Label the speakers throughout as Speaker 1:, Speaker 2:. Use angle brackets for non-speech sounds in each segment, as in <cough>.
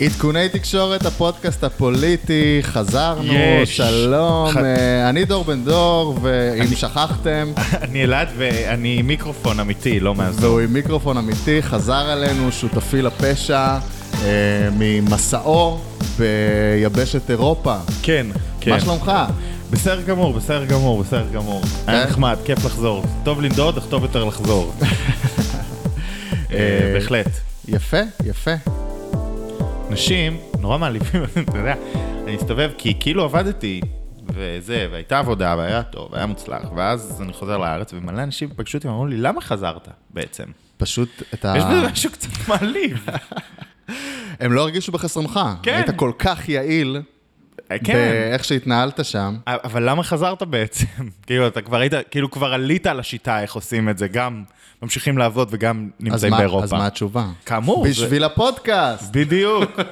Speaker 1: עדכוני תקשורת, הפודקאסט הפוליטי, חזרנו,
Speaker 2: יש.
Speaker 1: שלום,
Speaker 2: ח-
Speaker 1: אה, אני דור בן דור, ואם
Speaker 2: <laughs>
Speaker 1: שכחתם,
Speaker 2: אני אלעד ואני עם מיקרופון אמיתי, לא מהזו.
Speaker 1: והוא עם מיקרופון אמיתי, חזר אלינו שותפי לפשע אה, ממסעו ביבשת אירופה.
Speaker 2: כן, כן.
Speaker 1: מה שלומך?
Speaker 2: בסדר גמור, בסדר גמור, בסדר גמור. היה
Speaker 1: כן?
Speaker 2: נחמד, כיף לחזור. טוב לנדוד, אך טוב יותר <laughs> לחזור. אה, בהחלט.
Speaker 1: יפה, יפה.
Speaker 2: נשים נורא מעליבים, <laughs> אתה יודע, אני מסתובב כי כאילו עבדתי, וזה, והייתה עבודה, והיה טוב, היה מוצלח, ואז אני חוזר לארץ, ומלא אנשים פגשו אותי ואמרו לי, למה חזרת בעצם?
Speaker 1: פשוט את ה...
Speaker 2: יש בזה משהו קצת מעליב.
Speaker 1: הם לא הרגישו בחסרונך.
Speaker 2: כן.
Speaker 1: היית כל כך יעיל
Speaker 2: כן.
Speaker 1: באיך שהתנהלת שם.
Speaker 2: אבל למה חזרת בעצם? <laughs> כאילו, אתה כבר היית, כאילו כבר עלית על השיטה איך עושים את זה, גם ממשיכים לעבוד וגם
Speaker 1: אז
Speaker 2: נמצאים
Speaker 1: מה-
Speaker 2: באירופה.
Speaker 1: אז מה התשובה?
Speaker 2: כאמור, זה-
Speaker 1: בשביל הפודקאסט.
Speaker 2: בדיוק. <laughs>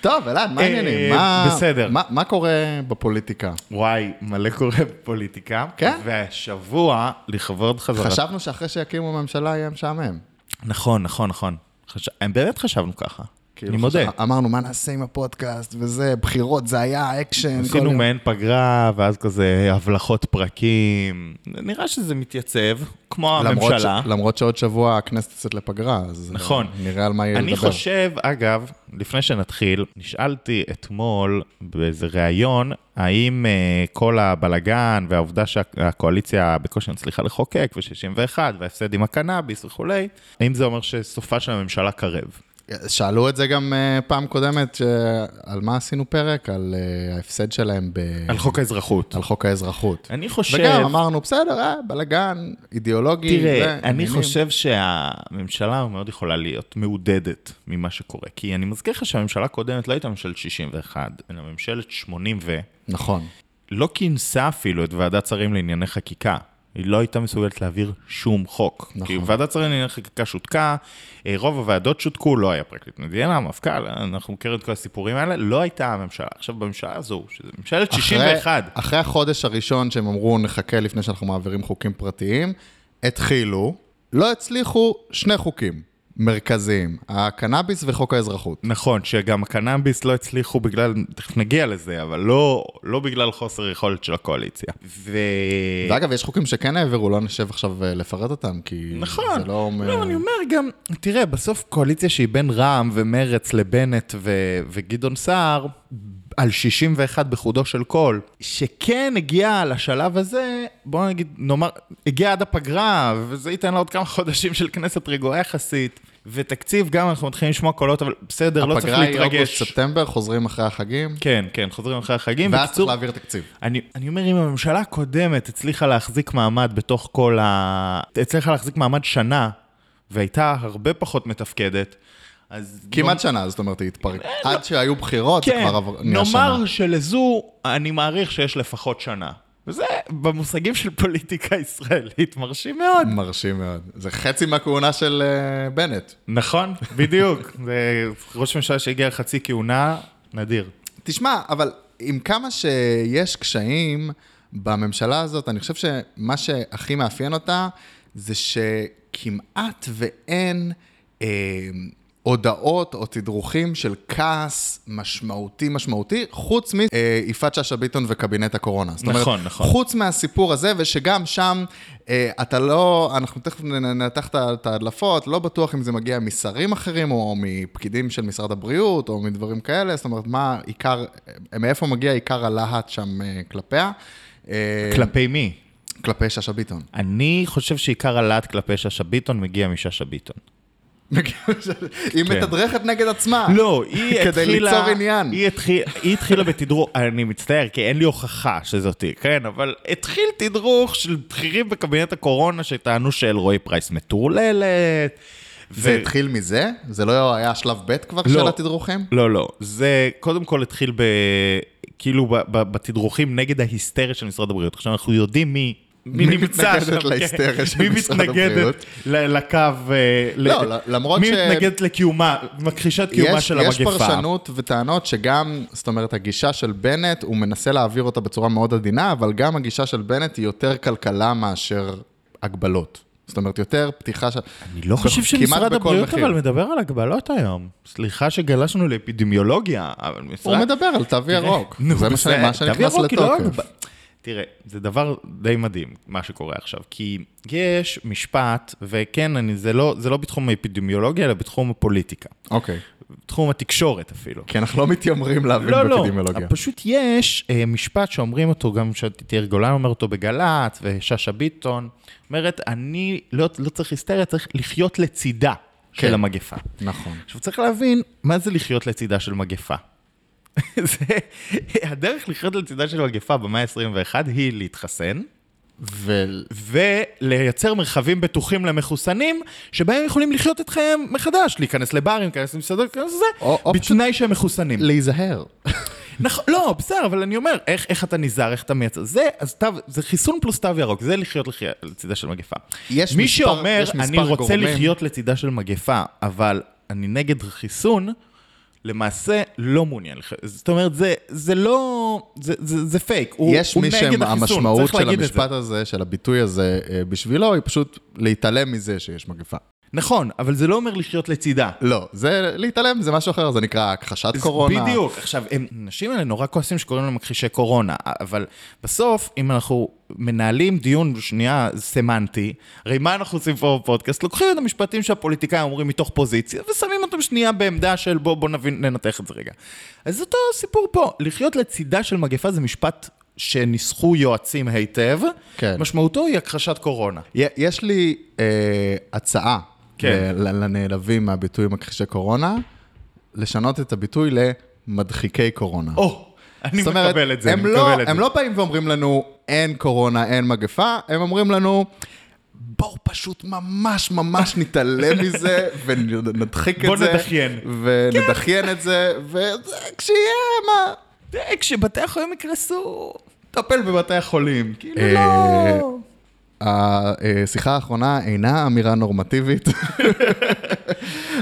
Speaker 1: טוב, אלעד, מה
Speaker 2: אה,
Speaker 1: העניינים?
Speaker 2: אה,
Speaker 1: מה-
Speaker 2: בסדר.
Speaker 1: מה- מה קורה בפוליטיקה?
Speaker 2: וואי, מלא קורה בפוליטיקה.
Speaker 1: כן?
Speaker 2: והשבוע, לכבוד חזרת...
Speaker 1: חשבנו שאחרי שיקימו ממשלה יהיה משעמם.
Speaker 2: נכון, נכון, נכון. חש... באמת חשבנו ככה.
Speaker 1: כאילו,
Speaker 2: אני מודה.
Speaker 1: חשב- אמרנו, מה נעשה עם הפודקאסט וזה, בחירות, זה היה אקשן. כל
Speaker 2: עשינו
Speaker 1: יום.
Speaker 2: מעין פגרה, ואז כזה הבלחות פרקים. נראה שזה מתייצב, כמו
Speaker 1: למרות ש-
Speaker 2: הממשלה.
Speaker 1: למרות שעוד שבוע הכנסת יוצאת לפגרה, אז
Speaker 2: נכון.
Speaker 1: אה, נראה על מה יהיה
Speaker 2: אני
Speaker 1: לדבר.
Speaker 2: חושב, אגב, לפני שנתחיל, נשאלתי אתמול באיזה ריאיון, האם אה, כל הבלגן והעובדה שהקואליציה בקושי מצליחה לחוקק, ו-61, וההפסד עם הקנאביס וכולי, האם זה אומר שסופה של הממשלה קרב?
Speaker 1: שאלו את זה גם אה, פעם קודמת, ש- על מה עשינו פרק? על אה, ההפסד שלהם ב...
Speaker 2: על חוק האזרחות.
Speaker 1: על חוק האזרחות.
Speaker 2: אני חושב...
Speaker 1: וגם אמרנו, בסדר, אה, בלאגן, אידיאולוגי.
Speaker 2: תראה,
Speaker 1: זה,
Speaker 2: אני
Speaker 1: עניינים."
Speaker 2: חושב שהממשלה מאוד יכולה להיות מעודדת ממה שקורה. כי אני מזכיר לך שהממשלה הקודמת לא הייתה ממשלת 61, אלא ממשלת 80 ו...
Speaker 1: נכון.
Speaker 2: לא כינסה אפילו את ועדת שרים לענייני חקיקה. היא לא הייתה מסוגלת להעביר שום חוק.
Speaker 1: נכון.
Speaker 2: נכון. כי ועדת שרים לענייני חקיקה שותקה, אה, רוב הוועדות שותקו, לא היה פרקליט מדינה, מפכ"ל, אנחנו מכירים את כל הסיפורים האלה, לא הייתה הממשלה. עכשיו, בממשלה הזו, שזו ממשלת 61,
Speaker 1: אחרי, אחרי החודש הראשון שהם אמרו, נחכה לפני שאנחנו מעבירים חוקים פרטיים, התחילו, לא הצליחו שני חוקים מרכזיים, הקנאביס וחוק האזרחות.
Speaker 2: נכון, שגם הקנאביס לא הצליחו בגלל, תכף נגיע לזה, אבל לא, לא בגלל חוסר יכולת של הקואליציה. ו...
Speaker 1: ואגב, יש חוקים שכן העבירו, לא נשב עכשיו אה, לפרט אותם, כי
Speaker 2: נכון.
Speaker 1: זה לא אומר...
Speaker 2: לא, אני אומר גם, תראה, בסוף קואליציה שהיא בין רע"מ ומרץ לבנט ו- וגדעון סער, על 61 בחודו של קול, שכן הגיעה לשלב הזה, בואו נגיד, נאמר, הגיעה עד הפגרה, וזה ייתן לה עוד כמה חודשים של כנסת רגועה יחסית, ותקציב גם, אנחנו מתחילים לשמוע קולות, אבל בסדר, לא צריך
Speaker 1: הפגרה היא
Speaker 2: להתרגש.
Speaker 1: אוגוסט-ספטמבר, חוזרים אחרי החגים,
Speaker 2: כן, כן, חוזרים אחרי החגים.
Speaker 1: ואז צריך
Speaker 2: בקיצור,
Speaker 1: להעביר תקציב.
Speaker 2: אני, אני אומר, אם הממשלה הקודמת הצליחה להחזיק מעמד בתוך כל ה... הצליחה להחזיק מעמד שנה, והייתה הרבה פחות מתפקדת, אז...
Speaker 1: כמעט שנה, זאת אומרת, היא התפרקה. עד שהיו בחירות, זה
Speaker 2: אה, לא- כן,
Speaker 1: כבר עבר- נהיה שנה.
Speaker 2: נאמר שלזו, אני מעריך שיש לפחות שנה. וזה, במושגים של פוליטיקה ישראלית, מרשים מאוד.
Speaker 1: מרשים מאוד. זה חצי מהכהונה של אה, בנט.
Speaker 2: נכון, בדיוק. זה ראש ממשלה שהגיע לחצי כהונה, נדיר.
Speaker 1: תשמע, אבל עם כמה שיש קשיים בממשלה הזאת, אני חושב שמה שהכי מאפיין אותה זה שכמעט ואין אה, הודעות או תדרוכים של כעס משמעותי משמעותי, חוץ מיפעת שאשא ביטון וקבינט הקורונה. זאת אומרת,
Speaker 2: נכון, נכון.
Speaker 1: חוץ מהסיפור הזה, ושגם שם אה, אתה לא, אנחנו תכף נ- נ- ננתח את ה- את ההדלפות, לא בטוח אם זה מגיע משרים אחרים, או מפקידים של משרד הבריאות, או מדברים כאלה, זאת אומרת, מה עיקר, אה, מאיפה מגיע עיקר הלהט שם אה, כלפיה? אה,
Speaker 2: כלפי מי?
Speaker 1: כלפי שאשא ביטון. <laughs>
Speaker 2: אני חושב שעיקר הלהט כלפי שאשא ביטון מגיע משאשא ביטון.
Speaker 1: כן. היא
Speaker 2: כן.
Speaker 1: מתדרכת נגד עצמה. <laughs>
Speaker 2: לא, היא התחילה...
Speaker 1: כדי ליצור עניין.
Speaker 2: היא, התחיל, היא התחילה בתדרוך, אני מצטער, כי אין לי הוכחה שזאתי, כן, אבל התחיל תדרוך של בכירים בקבינט הקורונה שטענו שאלרועי פרייס מטורללת. ו-
Speaker 1: זה התחיל מזה? זה לא היה שלב ב' כבר
Speaker 2: לא.
Speaker 1: של התדרוכים?
Speaker 2: לא, לא. זה קודם כל התחיל ב... כאילו ב- ב- בתדרוכים נגד ההיסטריה של משרד הבריאות. עכשיו, אנחנו יודעים מי... מי
Speaker 1: מי
Speaker 2: נמצא
Speaker 1: מתנגדת
Speaker 2: שם,
Speaker 1: להיסטריה
Speaker 2: כן.
Speaker 1: של משרד
Speaker 2: מי
Speaker 1: הבריאות?
Speaker 2: מתנגדת ל- לקו... אה, ל-
Speaker 1: לא, ל- למרות
Speaker 2: מי
Speaker 1: ש-
Speaker 2: מתנגדת לקיומה, מכחישת קיומה של המגפה.
Speaker 1: יש פרשנות וטענות שגם, זאת אומרת, הגישה של בנט, הוא מנסה להעביר אותה בצורה מאוד עדינה, אבל גם הגישה של בנט היא יותר כלכלה מאשר הגבלות. זאת אומרת, יותר פתיחה של...
Speaker 2: אני לא חושב
Speaker 1: כמעט
Speaker 2: שמשרד
Speaker 1: בכל
Speaker 2: הבריאות
Speaker 1: מחיר.
Speaker 2: אבל מדבר על הגבלות היום. סליחה שגלשנו לאפידמיולוגיה, אבל
Speaker 1: הוא
Speaker 2: משרד...
Speaker 1: מדבר על תו ירוק.
Speaker 2: נו,
Speaker 1: זה מה
Speaker 2: בסדר,
Speaker 1: שאני- מה שנכנס
Speaker 2: תו ירוק היא לא
Speaker 1: לתוקף.
Speaker 2: הגב- תראה, זה דבר די מדהים, מה שקורה עכשיו, כי יש משפט, וכן, אני, זה, לא, זה לא בתחום האפידמיולוגיה, אלא בתחום הפוליטיקה.
Speaker 1: אוקיי.
Speaker 2: בתחום התקשורת אפילו.
Speaker 1: כי אנחנו לא מתיימרים להבין באפידמיולוגיה.
Speaker 2: לא. פשוט יש אה, משפט שאומרים אותו, גם שתיאר גולן אומר אותו בגל"צ, ושאשא ביטון, אומרת, אני לא, לא צריך היסטריה, צריך לחיות לצידה
Speaker 1: כן.
Speaker 2: של המגפה.
Speaker 1: נכון.
Speaker 2: עכשיו, צריך להבין, מה זה לחיות לצידה של מגפה? <laughs> זה, הדרך לחיות לצידה של מגפה במאה ה-21 היא להתחסן.
Speaker 1: ו-
Speaker 2: ולייצר מרחבים בטוחים למחוסנים, שבהם הם יכולים לחיות את חייהם מחדש, להיכנס לברים, להיכנס למסעדות, להיכנס לזה,
Speaker 1: או- או
Speaker 2: בתנאי שהם מחוסנים.
Speaker 1: להיזהר.
Speaker 2: נכון, לא, בסדר, אבל אני אומר, איך, איך אתה נזהר, איך אתה מייצר, זה, אז תו, זה חיסון פלוס תו ירוק, זה לחיות לחי... לצידה של מגפה.
Speaker 1: יש
Speaker 2: מי
Speaker 1: מספר-
Speaker 2: שאומר,
Speaker 1: יש מספר
Speaker 2: אני רוצה
Speaker 1: גורמים."
Speaker 2: לחיות לצידה של מגפה, אבל אני נגד חיסון, למעשה לא מעוניין לחיות. זאת אומרת, זה, זה לא, זה, זה, זה פייק, הוא,
Speaker 1: יש
Speaker 2: הוא
Speaker 1: מי
Speaker 2: נגד החיסון,
Speaker 1: שהמשמעות
Speaker 2: צריך
Speaker 1: של
Speaker 2: להגיד את זה.
Speaker 1: המשפט הזה, של הביטוי הזה, אה, בשבילו, היא פשוט להתעלם מזה שיש מגפה.
Speaker 2: נכון, אבל זה לא אומר לחיות לצידה.
Speaker 1: לא, זה להתעלם, זה משהו אחר, זה נקרא הכחשת קורונה.
Speaker 2: בדיוק. עכשיו, הם, האנשים האלה נורא כועסים שקוראים להם מכחישי קורונה, אבל בסוף, אם אנחנו מנהלים דיון שנייה סמנטי, הרי מה אנחנו עושים פה בפודקאסט? לוקחים את המשפטים שהפוליטיקאים אומרים מתוך פוזיציה, ושמים אותם שנייה בעמדה של בוא, בוא נבין, ננתח את זה רגע. אז אותו סיפור פה, לחיות לצידה של מגפה זה משפט... שניסחו יועצים היטב,
Speaker 1: כן.
Speaker 2: משמעותו היא הכחשת קורונה.
Speaker 1: י- יש לי אה, הצעה
Speaker 2: כן.
Speaker 1: ל- ל- לנעלבים מהביטוי מכחישי קורונה, לשנות את הביטוי למדחיקי קורונה.
Speaker 2: או, אני
Speaker 1: זאת אומרת,
Speaker 2: מקבל את זה, אני
Speaker 1: הם
Speaker 2: מקבל
Speaker 1: לא-
Speaker 2: את זה.
Speaker 1: הם לא באים ואומרים לנו, אין קורונה, אין מגפה, הם אומרים לנו, בואו פשוט ממש ממש
Speaker 2: <laughs>
Speaker 1: נתעלם מזה ונדחיק את זה.
Speaker 2: בוא נדחיין.
Speaker 1: ונדחיין את זה, וכשיהיה, מה?
Speaker 2: אה, כשבתי החולים יקרסו, טפל בבתי החולים. כאילו
Speaker 1: אה,
Speaker 2: לא...
Speaker 1: השיחה האחרונה אינה אמירה
Speaker 2: <laughs>
Speaker 1: נורמטיבית.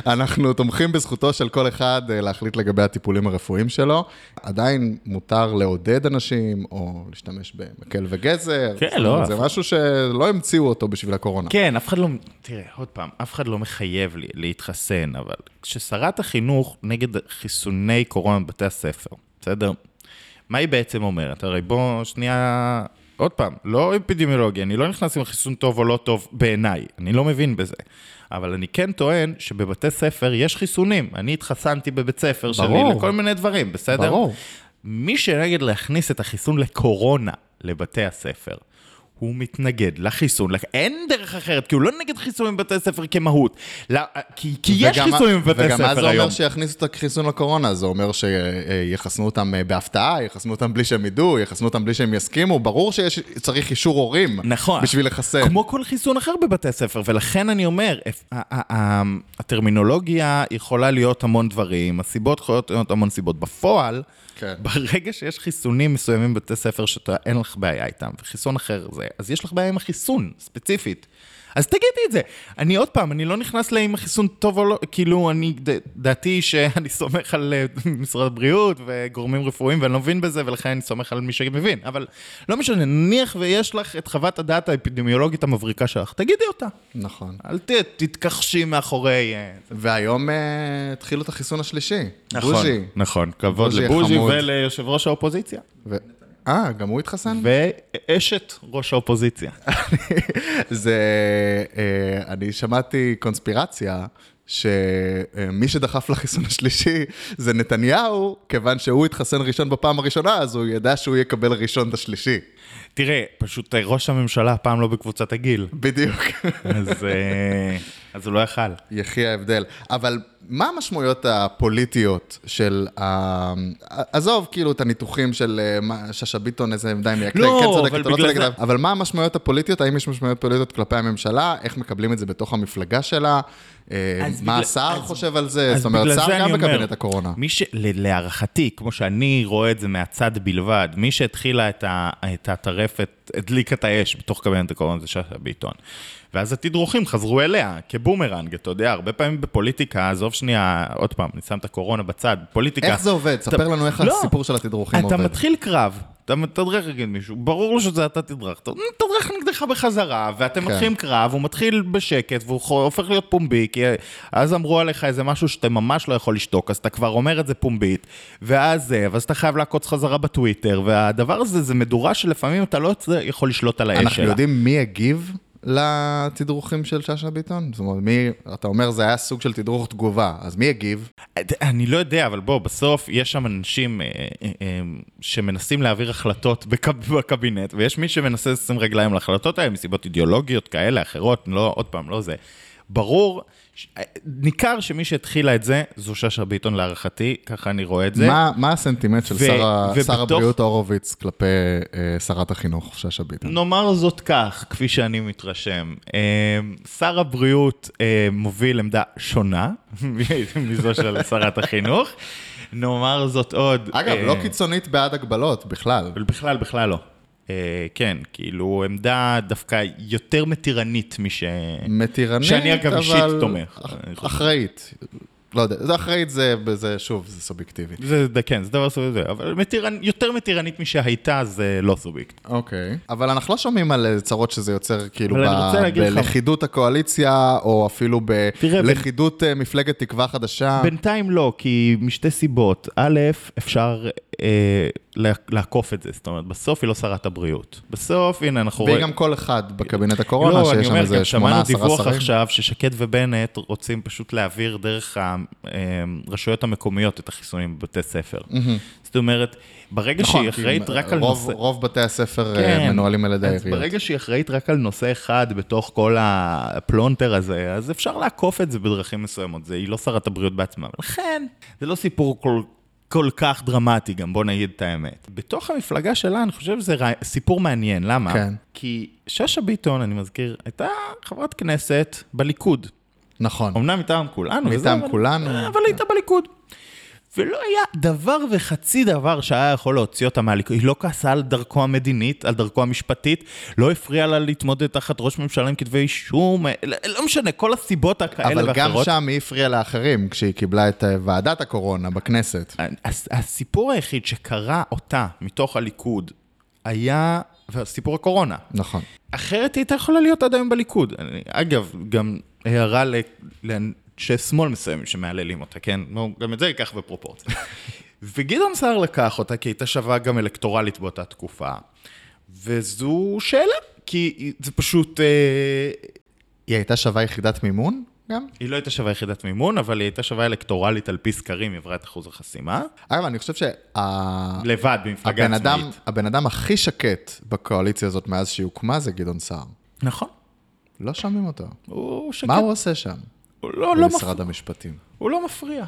Speaker 1: אנחנו תומכים בזכותו של כל אחד אה, להחליט לגבי הטיפולים הרפואיים שלו. עדיין מותר לעודד אנשים, או להשתמש במקל וגזר.
Speaker 2: כן,
Speaker 1: זאת אומרת,
Speaker 2: לא,
Speaker 1: זה
Speaker 2: אף-
Speaker 1: משהו שלא המציאו אותו בשביל הקורונה.
Speaker 2: כן, אף אחד לא... תראה, עוד פעם, אף אחד לא מחייב לי להתחסן, אבל כששרת החינוך נגד חיסוני קורונה בבתי הספר, בסדר? מה היא בעצם אומרת? הרי בוא, שנייה... עוד פעם, לא אפידמיולוגיה, אני לא נכנס אם החיסון טוב או לא טוב בעיניי, אני לא מבין בזה. אבל אני כן טוען שבבתי ספר יש חיסונים. אני התחסנתי בבית ספר שלי
Speaker 1: ברור.
Speaker 2: לכל מיני דברים, בסדר?
Speaker 1: ברור.
Speaker 2: מי שנגד להכניס את החיסון לקורונה לבתי הספר, הוא מתנגד לחיסון, לק- אין דרך אחרת, כי הוא לא נגד חיסונים בבתי ספר כמהות, לא, כי, כי יש
Speaker 1: וגם-
Speaker 2: חיסונים בבתי
Speaker 1: וגם מה זה
Speaker 2: ספר
Speaker 1: אומר
Speaker 2: היום.
Speaker 1: שיכניסו את החיסון לקורונה? זה אומר שיחסנו אותם אה, בהפתעה, יחסנו אותם בלי שהם ידעו, יחסנו אותם בלי שהם יסכימו. ברור שצריך אישור הורים
Speaker 2: נכון.
Speaker 1: בשביל לחסן.
Speaker 2: כמו כל חיסון אחר בבתי הספר, ולכן אני אומר, אפ- ה- ה- ה- הטרמינולוגיה יכולה להיות המון דברים, הסיבות יכולות להיות המון סיבות. בפועל,
Speaker 1: כן.
Speaker 2: ברגע שיש חיסונים מסוימים בבתי ספר שאתה אין לך בעיה איתם, וחיסון אחר זה, אז יש לך בעיה עם החיסון, ספציפית. אז תגידי את זה. אני עוד פעם, אני לא נכנס לאם החיסון טוב או לא, כאילו, אני, ד, דעתי שאני <laughs> סומך על אה, משרד הבריאות וגורמים רפואיים ואני לא מבין בזה, ולכן אני סומך על מי שמבין. אבל לא משנה, נניח ויש לך את חוות הדעת האפידמיולוגית המבריקה שלך, תגידי אותה.
Speaker 1: נכון.
Speaker 2: אל ת, תתכחשי מאחורי... אה, זה.
Speaker 1: והיום אה, התחילו את החיסון השלישי. בוז'י.
Speaker 2: נכון, כבוד
Speaker 1: בוז'י
Speaker 2: לבוז'י
Speaker 1: החמוד.
Speaker 2: וליושב ראש האופוזיציה.
Speaker 1: ו- אה, גם הוא התחסן?
Speaker 2: ואשת ראש האופוזיציה.
Speaker 1: <laughs> זה... אה, אני שמעתי קונספירציה שמי שדחף לחיסון השלישי זה נתניהו, כיוון שהוא התחסן ראשון בפעם הראשונה, אז הוא ידע שהוא יקבל ראשון את השלישי.
Speaker 2: תראה, פשוט אה, ראש הממשלה הפעם לא בקבוצת הגיל,
Speaker 1: בדיוק.
Speaker 2: אז אה, אז הוא לא יכל.
Speaker 1: יחי ההבדל. אבל מה המשמעויות הפוליטיות של ה... עזוב, כאילו, את הניתוחים של אה, מה, שאשא ביטון, איזה עמדה היא מייצגת,
Speaker 2: לא,
Speaker 1: כן צודקת
Speaker 2: אבל
Speaker 1: או לא
Speaker 2: בגלל
Speaker 1: צודקת,
Speaker 2: זה-
Speaker 1: אבל מה המשמעויות הפוליטיות? האם יש משמעויות פוליטיות כלפי הממשלה? איך מקבלים את זה בתוך המפלגה שלה? אה,
Speaker 2: אז
Speaker 1: מה
Speaker 2: בגלל-
Speaker 1: השר
Speaker 2: אז-
Speaker 1: חושב על זה?
Speaker 2: אז
Speaker 1: זאת אומרת,
Speaker 2: בגלל זה
Speaker 1: שר
Speaker 2: אני
Speaker 1: גם
Speaker 2: אומר,
Speaker 1: בקבינט הקורונה.
Speaker 2: מי ש... ל- להערכתי, כמו שאני רואה את זה מהצד בלבד, מי שהתחילה את, ה... את הטרפת, הדליקה את האש בתוך קבינט הקורונה זה שאשא ביטון. ואז התדרוכים חזרו אליה, כבומרנג, אתה יודע, הרבה פעמים בפוליטיקה, עזוב שנייה, עוד פעם, אני שם את הקורונה בצד, פוליטיקה...
Speaker 1: איך זה עובד?
Speaker 2: אתה-
Speaker 1: ספר לנו איך
Speaker 2: לא.
Speaker 1: הסיפור של התדרוכים
Speaker 2: אתה
Speaker 1: עובד.
Speaker 2: מתחיל קרב, אתה מתדרך נגד מישהו, ברור לו שזה אתה תדרך. אתה מתדרך נגדך בחזרה, ואתם
Speaker 1: כן.
Speaker 2: מתחילים קרב, הוא מתחיל בשקט, והוא חו- הופך להיות פומבי, כי אז אמרו עליך איזה משהו שאתה ממש לא יכול לשתוק, אז אתה כבר אומר את זה פומבית, ואז זה, ואז אתה חייב לעקוץ חזרה בטוויטר, והדבר הזה זה מדורה שלפעמים אתה לא יכול לשלוט על האש שלה.
Speaker 1: אנחנו יודעים מי הגיב לתדרוכים של שאשא ביטון? זאת אומרת, מי, אתה אומר זה היה סוג של תדרוך תגובה, אז מי הגיב?
Speaker 2: אני לא יודע, אבל בוא, בסוף יש שם אנשים אה, אה, אה, שמנסים להעביר החלטות בקב- בקבינט, ויש מי שמנסה לשים רגליים להחלטות האלה מסיבות אידיאולוגיות כאלה, אחרות, לא, עוד פעם, לא זה. ברור, ש- אה, ניכר שמי שהתחילה את זה, זו שאשא ביטון להערכתי, ככה אני רואה את זה.
Speaker 1: מה, מה הסנטימנט של
Speaker 2: ו-
Speaker 1: שר, ה-
Speaker 2: ובתוך-
Speaker 1: שר הבריאות הורוביץ כלפי אה, שרת החינוך שאשא ביטון?
Speaker 2: נאמר זאת כך, כפי שאני מתרשם. אה, שר הבריאות אה, מוביל עמדה שונה <laughs> מזו של שרת החינוך. נאמר זאת עוד.
Speaker 1: אגב,
Speaker 2: אה,
Speaker 1: לא קיצונית בעד הגבלות בכלל.
Speaker 2: אבל בכלל, בכלל לא. אה, כן, כאילו, עמדה דווקא יותר מתירנית מש...
Speaker 1: מתירנית,
Speaker 2: שאני, אגב, אישית
Speaker 1: אבל
Speaker 2: תומך.
Speaker 1: אח- אחראית. לא יודע, זה אחראית זה, זה שוב, זה סובייקטיבי.
Speaker 2: זה, זה, כן, זה דבר סובייקט, אבל מתירנ... יותר מתירנית משהייתה זה לא סובייקט.
Speaker 1: אוקיי. אבל אנחנו לא שומעים על אה, צרות שזה יוצר כאילו
Speaker 2: אבל אני
Speaker 1: ב-
Speaker 2: רוצה להגיד לך-
Speaker 1: בלכידות הקואליציה, או אפילו
Speaker 2: תראה, ב-
Speaker 1: בלכידות אה, מפלגת תקווה חדשה.
Speaker 2: בינתיים לא, כי משתי סיבות. א', אפשר אה, לה- לעקוף את זה, זאת אומרת, בסוף היא לא שרת הבריאות. בסוף, הנה, אנחנו
Speaker 1: והיא גם כל אחד בקבינט הקורונה,
Speaker 2: לא, אני
Speaker 1: שיש שם
Speaker 2: אומר,
Speaker 1: איזה
Speaker 2: גם
Speaker 1: שמונה,
Speaker 2: שמענו
Speaker 1: עשרה
Speaker 2: דיווח
Speaker 1: שרים.
Speaker 2: עכשיו ששקד ובנט רוצים פשוט להעביר דרך הרשויות המקומיות את החיסונים בבתי ספר. זאת אומרת, ברגע שהיא
Speaker 1: נכון, כי
Speaker 2: אחראית רק על
Speaker 1: רוב-
Speaker 2: נושא... כן.
Speaker 1: רוב בתי הספר אה, מנוהלים על ידי
Speaker 2: אז
Speaker 1: העיריות.
Speaker 2: ברגע שהיא אחראית רק על נושא אחד בתוך כל הפלונטר הזה, אז אפשר לעקוף את זה בדרכים מסוימות. זה, היא לא שרת הבריאות בעצמה. ולכן, זה לא סיפור כל... כל כך דרמטי גם, בוא נגיד את האמת. בתוך המפלגה שלה, אני חושב שזה רע... סיפור מעניין, למה?
Speaker 1: כן.
Speaker 2: כי שאשא ביטון, אני מזכיר, הייתה חברת כנסת בליכוד.
Speaker 1: נכון.
Speaker 2: אמנם מטעם כולנו. וזה,
Speaker 1: מטעם
Speaker 2: אבל- אה,
Speaker 1: כולנו.
Speaker 2: אבל הייתה בליכוד. ולא היה דבר וחצי דבר שהיה יכול להוציא אותה מהליכוד. היא לא כעסה על דרכו המדינית, על דרכו המשפטית, לא הפריעה לה להתמודד תחת ראש ממשלה עם כתבי אישום, אה, לא לא משנה, כל הסיבות הכאלה
Speaker 1: אבל גם
Speaker 2: ואחרות.
Speaker 1: שם היא הפריעה לאחרים, כשהיא קיבלה את אה, ועדת הקורונה בכנסת.
Speaker 2: אה, הס- הסיפור היחיד שקרא אותה מתוך הליכוד היה, וסיפור הקורונה.
Speaker 1: נכון.
Speaker 2: אחרת היא הייתה יכולה להיות עד היום בליכוד. אני, אגב, גם הערה ל- לאנשי שמאל מסוימים שמהללים אותה, כן? נו, גם את זה ייקח
Speaker 1: <laughs>
Speaker 2: בפרופורציה. וגדעון סער לקח אותה, כי היא הייתה שווה גם אלקטורלית באותה תקופה. וזו שאלה, כי היא- זה פשוט... אה,
Speaker 1: היא הייתה שווה יחידת מימון גם?
Speaker 2: היא לא הייתה שווה יחידת מימון, אבל היא הייתה שווה אלקטורלית על פי סקרים, היא עברה את אחוז החסימה.
Speaker 1: אגב, אני חושב שה...
Speaker 2: לבד, במפלגה
Speaker 1: הבן אדם,
Speaker 2: עצמאית.
Speaker 1: הבן אדם הכי שקט בקואליציה הזאת מאז שהיא הוקמה זה גדעון סער.
Speaker 2: נכון.
Speaker 1: לא שומעים אותו.
Speaker 2: הוא שקט.
Speaker 1: מה הוא עושה שם?
Speaker 2: כן. הוא לא, לא מפ...
Speaker 1: במשרד המשפטים. <laughs>
Speaker 2: הוא לא מפריע.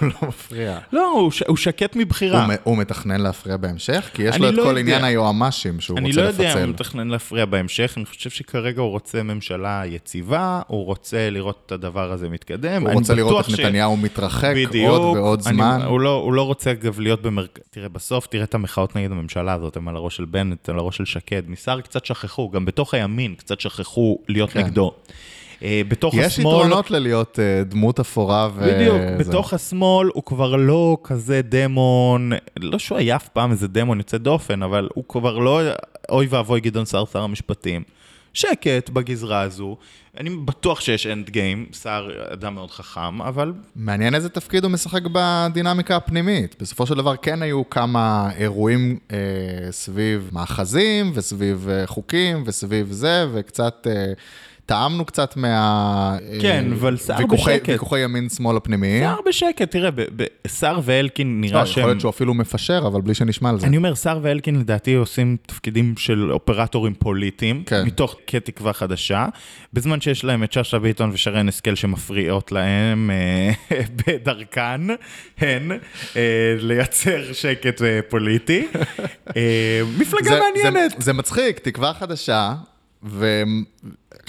Speaker 1: הוא לא מפריע.
Speaker 2: לא, הוא, ש... הוא שקט
Speaker 1: הוא,
Speaker 2: מבחירה.
Speaker 1: מ- הוא מתכנן להפריע בהמשך? כי יש
Speaker 2: אני
Speaker 1: לו את
Speaker 2: לא
Speaker 1: כל
Speaker 2: יודע.
Speaker 1: עניין היועמ"שים שהוא
Speaker 2: אני
Speaker 1: רוצה
Speaker 2: לא
Speaker 1: לפצל.
Speaker 2: יודע אם הוא מתכנן להפריע בהמשך, אני חושב שכרגע הוא רוצה ממשלה יציבה, הוא רוצה לראות את הדבר הזה מתקדם.
Speaker 1: הוא
Speaker 2: אני
Speaker 1: רוצה לראות
Speaker 2: בטוח
Speaker 1: את נתניהו מתרחק
Speaker 2: בדיוק,
Speaker 1: עוד ועוד
Speaker 2: אני-
Speaker 1: זמן.
Speaker 2: הוא לא, הוא לא רוצה אגב להיות במרכז, תראה, בסוף תראה את המחאות נגד הממשלה הזאת, הם על הראש של בנט, על הראש של שקד, מסער קצת שכחו, גם בתוך הימין קצת שכחו להיות
Speaker 1: כן.
Speaker 2: נגדו. אה, בתוך
Speaker 1: יש
Speaker 2: השמאל...
Speaker 1: יתרונות ללהיות אה, דמות אפורה ו...
Speaker 2: בדיוק,
Speaker 1: אה, זה.
Speaker 2: בתוך השמאל הוא כבר לא כזה דמון, לא שהוא היה אף פעם איזה דמון יוצא דופן, אבל הוא כבר לא, אוי ואבוי גדעון סער, שר המשפטים. שקט בגזרה הזו, אני בטוח שיש אנד גיים, סער אדם מאוד חכם,
Speaker 1: כן.
Speaker 2: אבל
Speaker 1: מעניין איזה תפקיד הוא משחק בדינמיקה הפנימית. בסופו של דבר כן היו כמה אירועים אה, סביב מאחזים וסביב אה, חוקים וסביב זה, וקצת... אה, טעמנו קצת מה... אה,
Speaker 2: כן, אבל סער
Speaker 1: ויכוחי-
Speaker 2: בשקט.
Speaker 1: ויכוחי ימין-שמאל הפנימיים.
Speaker 2: סער בשקט, תראה, ב- ב- סער ואלקין
Speaker 1: לא,
Speaker 2: נראה
Speaker 1: יכול
Speaker 2: שהם...
Speaker 1: להיות שהוא אפילו מפשר, אבל בלי שנשמע על זה.
Speaker 2: אני אומר, סער ואלקין לדעתי עושים תפקידים של אופרטורים פוליטיים,
Speaker 1: כן.
Speaker 2: כן. מתוך כתקווה חדשה, בזמן שיש להם את שאשא ביטון ושרן השכל שמפריעות להם אה, <laughs> בדרכן, הן, אה, לייצר שקט אה, פוליטי. אה, מפלגה
Speaker 1: זה-
Speaker 2: מעניינת.
Speaker 1: זה, זה מצחיק, תקווה חדשה,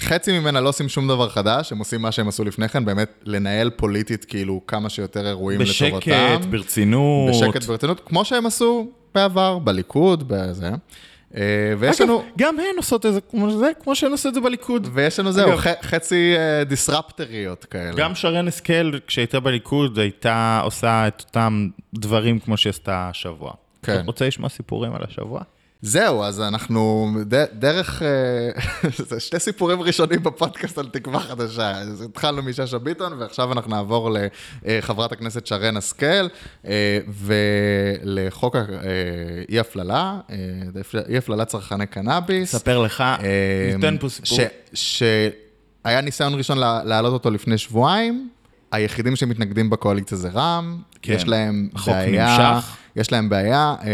Speaker 1: וחצי ממנה לא עושים שום דבר חדש, הם עושים מה שהם עשו לפני כן, באמת לנהל פוליטית כאילו כמה שיותר אירועים לטובתם.
Speaker 2: בשקט, ברצינות.
Speaker 1: בשקט, ברצינות, כמו שהם עשו בעבר, בליכוד, בזה. אה, ויש
Speaker 2: אגב,
Speaker 1: לנו,
Speaker 2: גם הן עושות את זה כמו זה, כמו שהן עושות את זה בליכוד.
Speaker 1: ויש לנו זהו,
Speaker 2: אגב-
Speaker 1: ח- חצי אה, דיסרפטריות כאלה.
Speaker 2: גם שרן השכל, כשהייתה בליכוד, הייתה עושה את אותם דברים כמו שהיא עשתה השבוע.
Speaker 1: כן.
Speaker 2: אתה רוצה לשמוע סיפורים על השבוע?
Speaker 1: זהו, אז אנחנו ד- דרך... אה, <laughs> זה שתי סיפורים ראשונים בפודקאסט על תקווה חדשה. אז התחלנו משאשא ביטון, ועכשיו אנחנו נעבור לחברת הכנסת שרן השכל, אה, ולחוק ה- אה, אי-הפללה, אה, אי-הפללת צרכני קנאביס.
Speaker 2: ספר לך,
Speaker 1: אה,
Speaker 2: ניתן פה סיפור.
Speaker 1: ש- שהיה ניסיון ראשון לה- להעלות אותו לפני שבועיים. היחידים שמתנגדים בקואליציה זה רע"מ,
Speaker 2: כן.
Speaker 1: כן. יש להם
Speaker 2: החוק
Speaker 1: בעיה,
Speaker 2: נמשך.
Speaker 1: יש להם בעיה אה,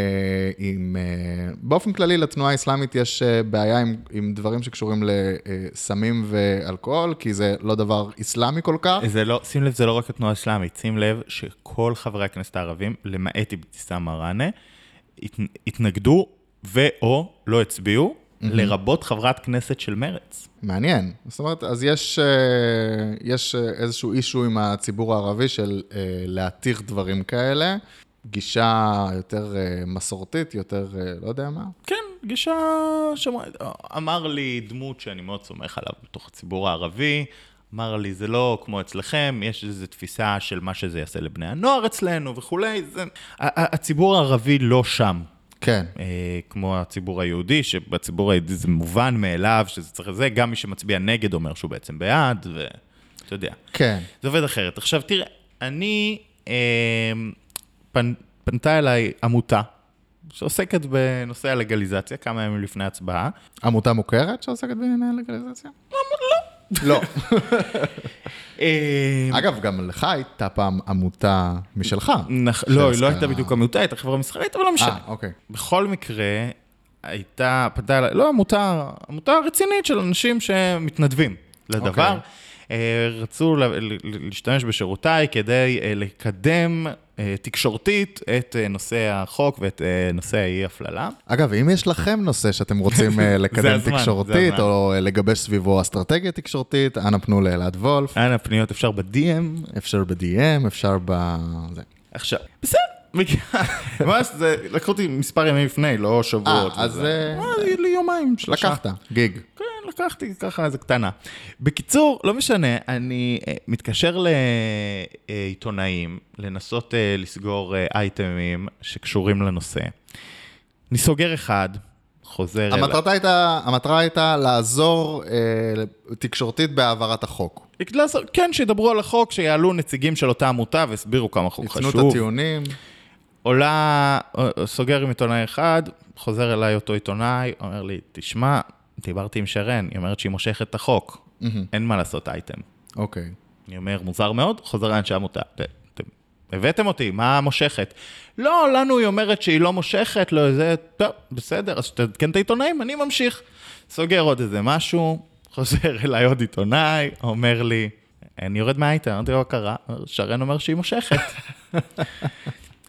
Speaker 1: עם, אה, באופן כללי לתנועה האסלאמית יש אה, בעיה עם, עם דברים שקשורים לסמים ואלכוהול, כי זה לא דבר אסלאמי כל כך.
Speaker 2: זה לא, שים לב, זה לא רק התנועה האסלאמית, שים לב שכל חברי הכנסת הערבים, למעט אבתיסאם מראענה, הת, התנגדו ו/או לא הצביעו, לרבות חברת כנסת של מרץ.
Speaker 1: מעניין. זאת אומרת, אז יש, אה, יש אה, איזשהו אישו עם הציבור הערבי של אה, להתיר דברים כאלה. גישה יותר אה, מסורתית, יותר אה, לא יודע מה.
Speaker 2: כן, גישה שאמר אמר לי דמות שאני מאוד סומך עליו בתוך הציבור הערבי, אמר לי, זה לא כמו אצלכם, יש איזו תפיסה של מה שזה יעשה לבני הנוער אצלנו וכולי, זה... ה- ה- הציבור הערבי לא שם.
Speaker 1: כן.
Speaker 2: אה, כמו הציבור היהודי, שבציבור היהודי זה מובן מאליו שזה צריך לזה, גם מי שמצביע נגד אומר שהוא בעצם בעד, ואתה יודע.
Speaker 1: כן.
Speaker 2: זה עובד אחרת. עכשיו, תראה, אני, אה, פנ, פנתה אליי עמותה שעוסקת בנושא הלגליזציה כמה ימים לפני ההצבעה.
Speaker 1: עמותה מוכרת שעוסקת בענייני לגליזציה? לא. לא.
Speaker 2: אה,
Speaker 1: אגב, גם לך הייתה פעם עמותה
Speaker 2: <laughs>
Speaker 1: משלך.
Speaker 2: נכ- לא, היא לא
Speaker 1: שעסקה-
Speaker 2: הייתה בדיוק עמותה, הייתה חברה מסחרית, אבל לא משנה.
Speaker 1: אה, אוקיי.
Speaker 2: בכל מקרה, הייתה, פנתה אליי, לא, עמותה, עמותה רצינית של אנשים שמתנדבים לדבר.
Speaker 1: אוקיי.
Speaker 2: Okay. רצו ל- ל- להשתמש בשירותיי כדי אה, לקדם אה, תקשורתית את אה, נושא החוק ואת אה, נושא האי-הפללה.
Speaker 1: אגב, אם יש לכם נושא שאתם רוצים אה,
Speaker 2: <laughs> זה
Speaker 1: לקדם
Speaker 2: הזמן, זה
Speaker 1: תקשורתית,
Speaker 2: הזמן.
Speaker 1: או אה, לגבש סביבו אסטרטגיה תקשורתית, אנא פנו לאלעד וולף,
Speaker 2: אנא, פניות אפשר ב-DM.
Speaker 1: אפשר ב-DM, אפשר ב... זה.
Speaker 2: עכשיו, בסדר. מגיע- <laughs> ממש, זה, לקחו אותי מספר ימים לפני, לא שבועות.
Speaker 1: אה, אז,
Speaker 2: וזה.
Speaker 1: אה,
Speaker 2: מה, זה לי יומיים, שלושה.
Speaker 1: לקחת, גיג.
Speaker 2: כן, לקחתי ככה איזה קטנה. בקיצור, לא משנה, אני אה, מתקשר לעיתונאים לנסות אה, לסגור אה, אייטמים שקשורים לנושא. אני סוגר אחד, חוזר אליו.
Speaker 1: המטרה הייתה, המטרה הייתה לעזור אה, תקשורתית בהעברת החוק.
Speaker 2: כן, שידברו על החוק, שיעלו נציגים של אותה עמותה והסבירו כמה חוק
Speaker 1: יתנו את
Speaker 2: חשוב.
Speaker 1: הטיעונים.
Speaker 2: עולה, אה, סוגר עם עיתונאי אחד, חוזר אליי אותו עיתונאי, אומר לי, תשמע, דיברתי עם שרן, היא אומרת שהיא מושכת את החוק,
Speaker 1: מהמם.
Speaker 2: אין מה לעשות אייטם.
Speaker 1: אוקיי.
Speaker 2: אני אומר, מוזר מאוד, חוזר לאנשי העמותה. "ת- אתם הבאתם אותי, מה מושכת? לא, לנו היא אומרת שהיא לא מושכת, לא זה, טוב, בסדר, אז תעדכן את העיתונאים, אני ממשיך. סוגר עוד איזה משהו, <laughs> חוזר אליי עוד עיתונאי, אומר לי, אני יורד מהאייטם, אמרתי לו, מה קרה? שרן אומר שהיא מושכת. <laughs>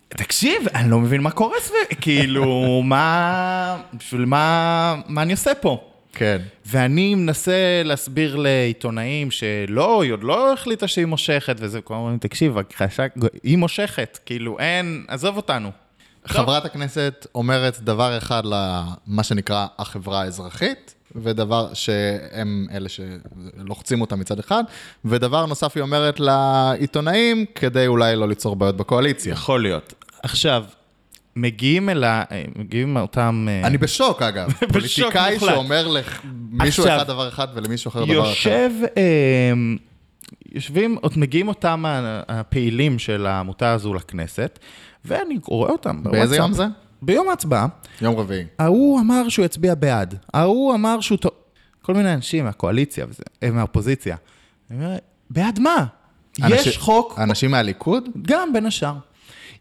Speaker 2: תקשיב, אני לא מבין מה קורה סביב, כאילו, מה, בשביל מה, מה אני עושה פה?
Speaker 1: כן.
Speaker 2: ואני מנסה להסביר לעיתונאים שלא, היא עוד לא החליטה שהיא מושכת, וזה, כולם אומרים, תקשיב, הכחשה, היא מושכת, כאילו, אין, עזוב אותנו.
Speaker 1: חברת הכנסת אומרת דבר אחד למה שנקרא החברה האזרחית, ודבר שהם אלה שלוחצים אותה מצד אחד, ודבר נוסף היא אומרת לעיתונאים, כדי אולי לא ליצור בעיות בקואליציה.
Speaker 2: יכול להיות. עכשיו, מגיעים אל ה... מגיעים אותם... אה,
Speaker 1: אני בשוק
Speaker 2: <laughs>
Speaker 1: אגב, פוליטיקאי
Speaker 2: מוחלט.
Speaker 1: שאומר למישהו
Speaker 2: עכשיו,
Speaker 1: אחד דבר אחד ולמישהו אחר דבר אחר.
Speaker 2: יושב... אה, יושבים, עוד מגיעים אותם ה- הפעילים של העמותה הזו לכנסת, ואני רואה אותם
Speaker 1: באיזה יום זה?
Speaker 2: ביום ההצבעה.
Speaker 1: יום רביעי.
Speaker 2: ההוא אמר שהוא יצביע בעד, ההוא אמר שהוא... ת- כל מיני אנשים מהקואליציה וזה, אה, מהאופוזיציה. אני אומר, בעד מה? יש
Speaker 1: אנשים-
Speaker 2: חוק,
Speaker 1: אנשים מהליכוד?
Speaker 2: גם בין השאר.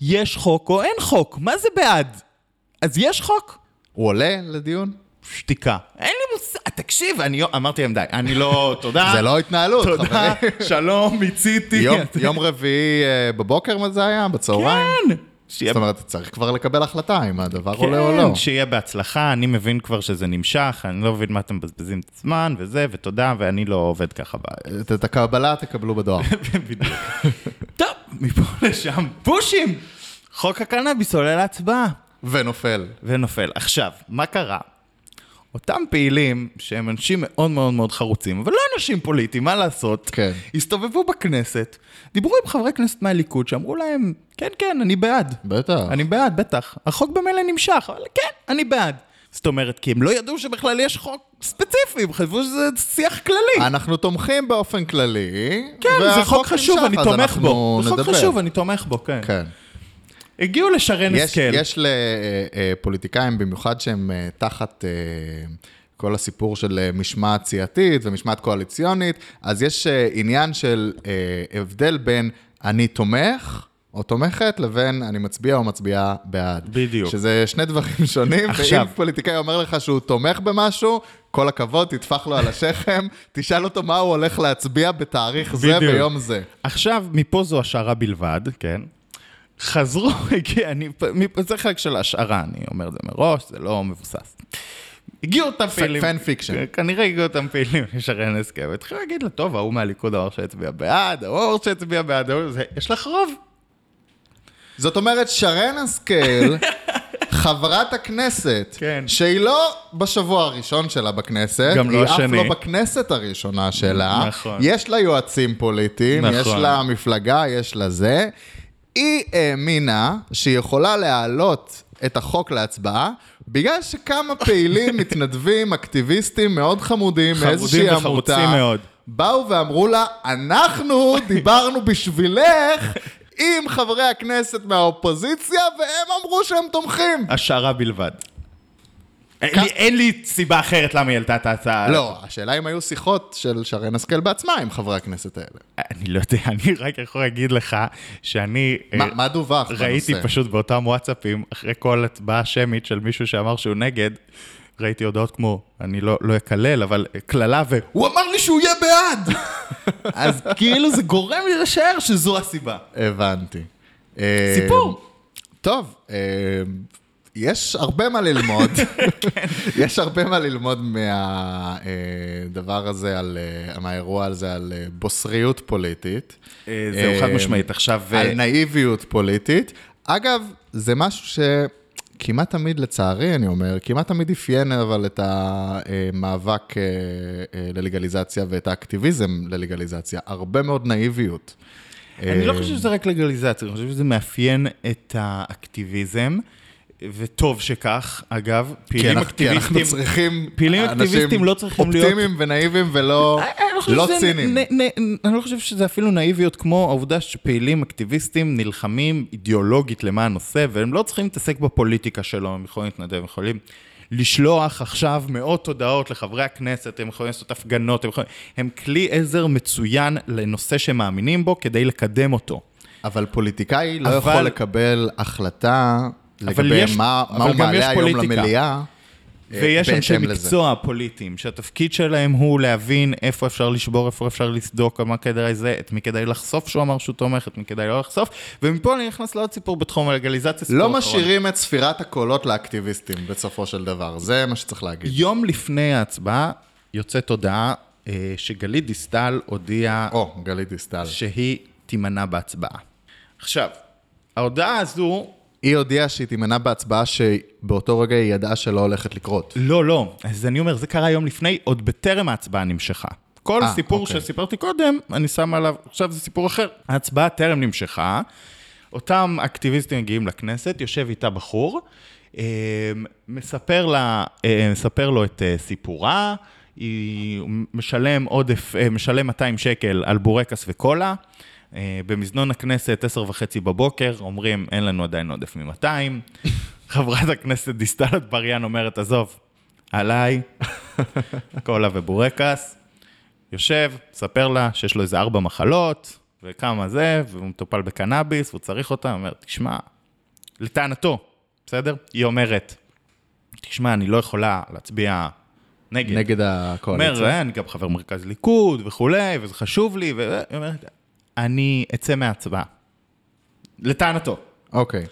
Speaker 2: יש חוק או אין חוק, מה זה בעד? אז יש חוק?
Speaker 1: הוא עולה לדיון?
Speaker 2: שתיקה. אין לי מושג, אה, תקשיב, אני אמרתי להם די, אני לא,
Speaker 1: <laughs>
Speaker 2: תודה,
Speaker 1: זה לא התנהלות,
Speaker 2: <laughs> תודה,
Speaker 1: חברים.
Speaker 2: שלום, מיציתי.
Speaker 1: יום- יום רביעי אה, בבוקר מה זה היה? בצהריים?
Speaker 2: כן. שיהיה
Speaker 1: זאת אומרת, צריך כבר לקבל החלטה אם הדבר
Speaker 2: כן,
Speaker 1: עולה או לא.
Speaker 2: שיהיה בהצלחה, אני מבין כבר שזה נמשך, אני לא מבין מה אתם מבזבזים את הזמן וזה, ותודה, ואני לא עובד ככה. ב-
Speaker 1: את את הקבלה תקבלו
Speaker 2: <laughs>
Speaker 1: בדואר.
Speaker 2: בדיוק. טוב, מפה לשם, פושים! חוק הקנאביס עולה להצבעה,
Speaker 1: ונופל.
Speaker 2: ונופל. עכשיו, מה קרה? אותם פעילים, שהם אנשים מאוד מאוד מאוד חרוצים, אבל לא אנשים פוליטיים, מה לעשות?
Speaker 1: כן.
Speaker 2: הסתובבו בכנסת, דיברו עם חברי כנסת מהליכוד, שאמרו להם, כן, כן, אני בעד.
Speaker 1: בטח.
Speaker 2: אני בעד, בטח. החוק במילא נמשך, אבל כן, אני בעד. זאת אומרת, כי הם לא ידעו שבכלל יש חוק ספציפי, הם חשבו שזה שיח כללי.
Speaker 1: אנחנו תומכים באופן כללי.
Speaker 2: כן, זה
Speaker 1: והחוק
Speaker 2: חוק חשוב,
Speaker 1: נמשך,
Speaker 2: אני
Speaker 1: אז
Speaker 2: תומך
Speaker 1: אנחנו
Speaker 2: בו. זה חוק
Speaker 1: נדבר.
Speaker 2: חשוב, אני תומך בו, כן.
Speaker 1: כן.
Speaker 2: הגיעו לשרן
Speaker 1: יש,
Speaker 2: השכל.
Speaker 1: יש לפוליטיקאים, במיוחד שהם אה, תחת אה, כל הסיפור של אה, משמעת סיעתית ומשמעת קואליציונית, אז יש אה, עניין של אה, הבדל בין אני תומך או תומכת לבין אני מצביע או מצביעה בעד.
Speaker 2: בדיוק.
Speaker 1: שזה שני דברים שונים,
Speaker 2: עכשיו.
Speaker 1: ואם פוליטיקאי אומר לך שהוא תומך במשהו, כל הכבוד, תטפח לו על השכם, <laughs> תשאל אותו מה הוא הולך להצביע בתאריך זה
Speaker 2: בדיוק.
Speaker 1: ביום זה.
Speaker 2: עכשיו, מפה זו השערה בלבד, כן? חזרו, <laughs> הגיע, אני, מפה- זה חלק של השערה, אני אומר את זה מראש, זה לא מבוסס. הגיעו אותם פעילים.
Speaker 1: fan fiction.
Speaker 2: כנראה הגיעו אותם פעילים <laughs> לשרן השכל, והתחילו להגיד לה, טוב, ההוא מהליכוד אמר שהצביע בעד, ההוא שהצביע בעד, ההוא, זה- יש לך רוב.
Speaker 1: זאת אומרת, שרן
Speaker 2: <laughs>
Speaker 1: השכל, חברת הכנסת,
Speaker 2: כן.
Speaker 1: שהיא לא בשבוע הראשון שלה בכנסת,
Speaker 2: גם לא
Speaker 1: היא
Speaker 2: השני.
Speaker 1: אף לא בכנסת הראשונה שלה,
Speaker 2: נכון.
Speaker 1: יש לה יועצים פוליטיים,
Speaker 2: נכון.
Speaker 1: יש לה מפלגה, יש לה זה, היא האמינה שהיא יכולה להעלות את החוק להצבעה, בגלל שכמה
Speaker 2: <laughs>
Speaker 1: פעילים, מתנדבים, אקטיביסטים מאוד חמודים,
Speaker 2: חמודים
Speaker 1: מאיזושהי עמותה,
Speaker 2: וחרוצים מאוד.
Speaker 1: באו ואמרו לה, אנחנו דיברנו בשבילך עם חברי הכנסת מהאופוזיציה, והם אמרו שהם תומכים.
Speaker 2: השערה בלבד. אין לי- אין לי סיבה אחרת למה היא העלתה את ההצעה.
Speaker 1: לא, השאלה אם היו שיחות של שרן השכל בעצמה עם חברי הכנסת האלה.
Speaker 2: אני לא יודע, אני רק יכול להגיד לך שאני... אה,
Speaker 1: מה- מה דווח בנושא?
Speaker 2: ראיתי פשוט באותם וואטסאפים, אחרי כל הצבעה שמית של מישהו שאמר שהוא נגד, ראיתי הודעות כמו, אני לא לא אקלל, אבל קללה ו... הוא אמר לי שהוא יהיה <laughs> בעד! אז כאילו זה גורם לי לשער שזו הסיבה.
Speaker 1: הבנתי. אה,
Speaker 2: סיפור.
Speaker 1: טוב, אה, יש הרבה מה
Speaker 2: <laughs>
Speaker 1: ללמוד.
Speaker 2: כן.
Speaker 1: יש הרבה מה ללמוד מהדבר הזה, על, אה, מהאירוע הזה על אה, בוסריות פוליטית.
Speaker 2: זהו,
Speaker 1: אה,
Speaker 2: חד משמעית. עכשיו...
Speaker 1: ו... על נאיביות פוליטית. אגב, זה משהו שכמעט תמיד, לצערי, אני אומר, כמעט תמיד אפיין אבל את המאבק אה, אה, ללגליזציה ואת האקטיביזם ללגליזציה. הרבה מאוד נאיביות.
Speaker 2: אני לא חושב שזה רק לגליזציה, אני חושב שזה מאפיין את האקטיביזם, וטוב שכך, אגב, פעילים
Speaker 1: כי אנחנו
Speaker 2: אקטיביסטים...
Speaker 1: צריכים
Speaker 2: פעילים
Speaker 1: אנשים
Speaker 2: אקטיביסטים לא צריכים להיות-
Speaker 1: אופטימיים ונאיביים ולא
Speaker 2: אני לא חושב
Speaker 1: לא
Speaker 2: שזה
Speaker 1: ציניים.
Speaker 2: נ- נ- נ- אני לא חושב שזה אפילו נאיביות כמו העובדה שפעילים אקטיביסטים נלחמים אידיאולוגית למען נושא, והם לא צריכים להתעסק בפוליטיקה שלו, הם יכולים להתנדב, הם יכולים לשלוח עכשיו מאות הודעות לחברי הכנסת, הם יכולים לעשות הפגנות, הם, יכולים... הם כלי עזר מצוין לנושא שהם מאמינים בו כדי לקדם אותו.
Speaker 1: אבל פוליטיקאי לא
Speaker 2: אבל-
Speaker 1: יכול לקבל החלטה לגבי
Speaker 2: יש-
Speaker 1: מה מה
Speaker 2: אבל
Speaker 1: הוא
Speaker 2: גם יש
Speaker 1: מעלה היום
Speaker 2: פוליטיקה.
Speaker 1: למליאה. אה,
Speaker 2: ויש אנשי
Speaker 1: בהתאם לזה.
Speaker 2: מקצוע פוליטיים, שהתפקיד שלהם הוא להבין איפה אפשר לשבור, איפה אפשר לסדוק, מה כדאי זה, את מי כדאי לחשוף שהוא אמר שהוא תומך, את מי כדאי לא לחשוף, ומפה אני נכנס לעוד סיפור בתחום הלגליזציה. סיפור
Speaker 1: לא
Speaker 2: אחרון.
Speaker 1: משאירים את ספירת הקולות לאקטיביסטים, בסופו של דבר. זה מה שצריך להגיד.
Speaker 2: יום לפני ההצבעה יוצאת הודעה אה, שגלית דיסטל הודיעה
Speaker 1: או, גלית דיסטל.
Speaker 2: שהיא תימנע בהצבעה. עכשיו, ההודעה הזו
Speaker 1: היא הודיעה שהיא תימנע בהצבעה שבאותו רגע היא ידעה שלא הולכת לקרות.
Speaker 2: לא, לא. אז אני אומר, זה קרה יום לפני, עוד בטרם ההצבעה נמשכה. כל
Speaker 1: אה,
Speaker 2: הסיפור
Speaker 1: אוקיי.
Speaker 2: שסיפרתי קודם, אני שם עליו, עכשיו זה סיפור אחר. ההצבעה טרם נמשכה, אותם אקטיביסטים מגיעים לכנסת, יושב איתה בחור, אה, מספר, לה, אה, מספר לו את אה, סיפורה, היא משלם עודף, אה, משלם 200 שקל על בורקס וקולה. אה, במזנון הכנסת, עשר וחצי בבוקר, אומרים, אין לנו עדיין עודף מ-200. <laughs> חברת הכנסת דיסטל אטבריאן אומרת, עזוב, עליי, <laughs> קולה ובורקס. יושב, מספר לה שיש לו איזה ארבע מחלות, וכמה זה, והוא מטופל בקנאביס, והוא צריך אותה, אומר, תשמע, לטענתו, בסדר? היא אומרת, תשמע, אני לא יכולה להצביע נגד.
Speaker 1: נגד
Speaker 2: כן. אומר,
Speaker 1: הקואליציה.
Speaker 2: "אה, אני גם חבר מרכז ליכוד וכולי, וזה חשוב לי, והיא אומרת, אני אצא מההצבעה. לטענתו,
Speaker 1: אוקיי.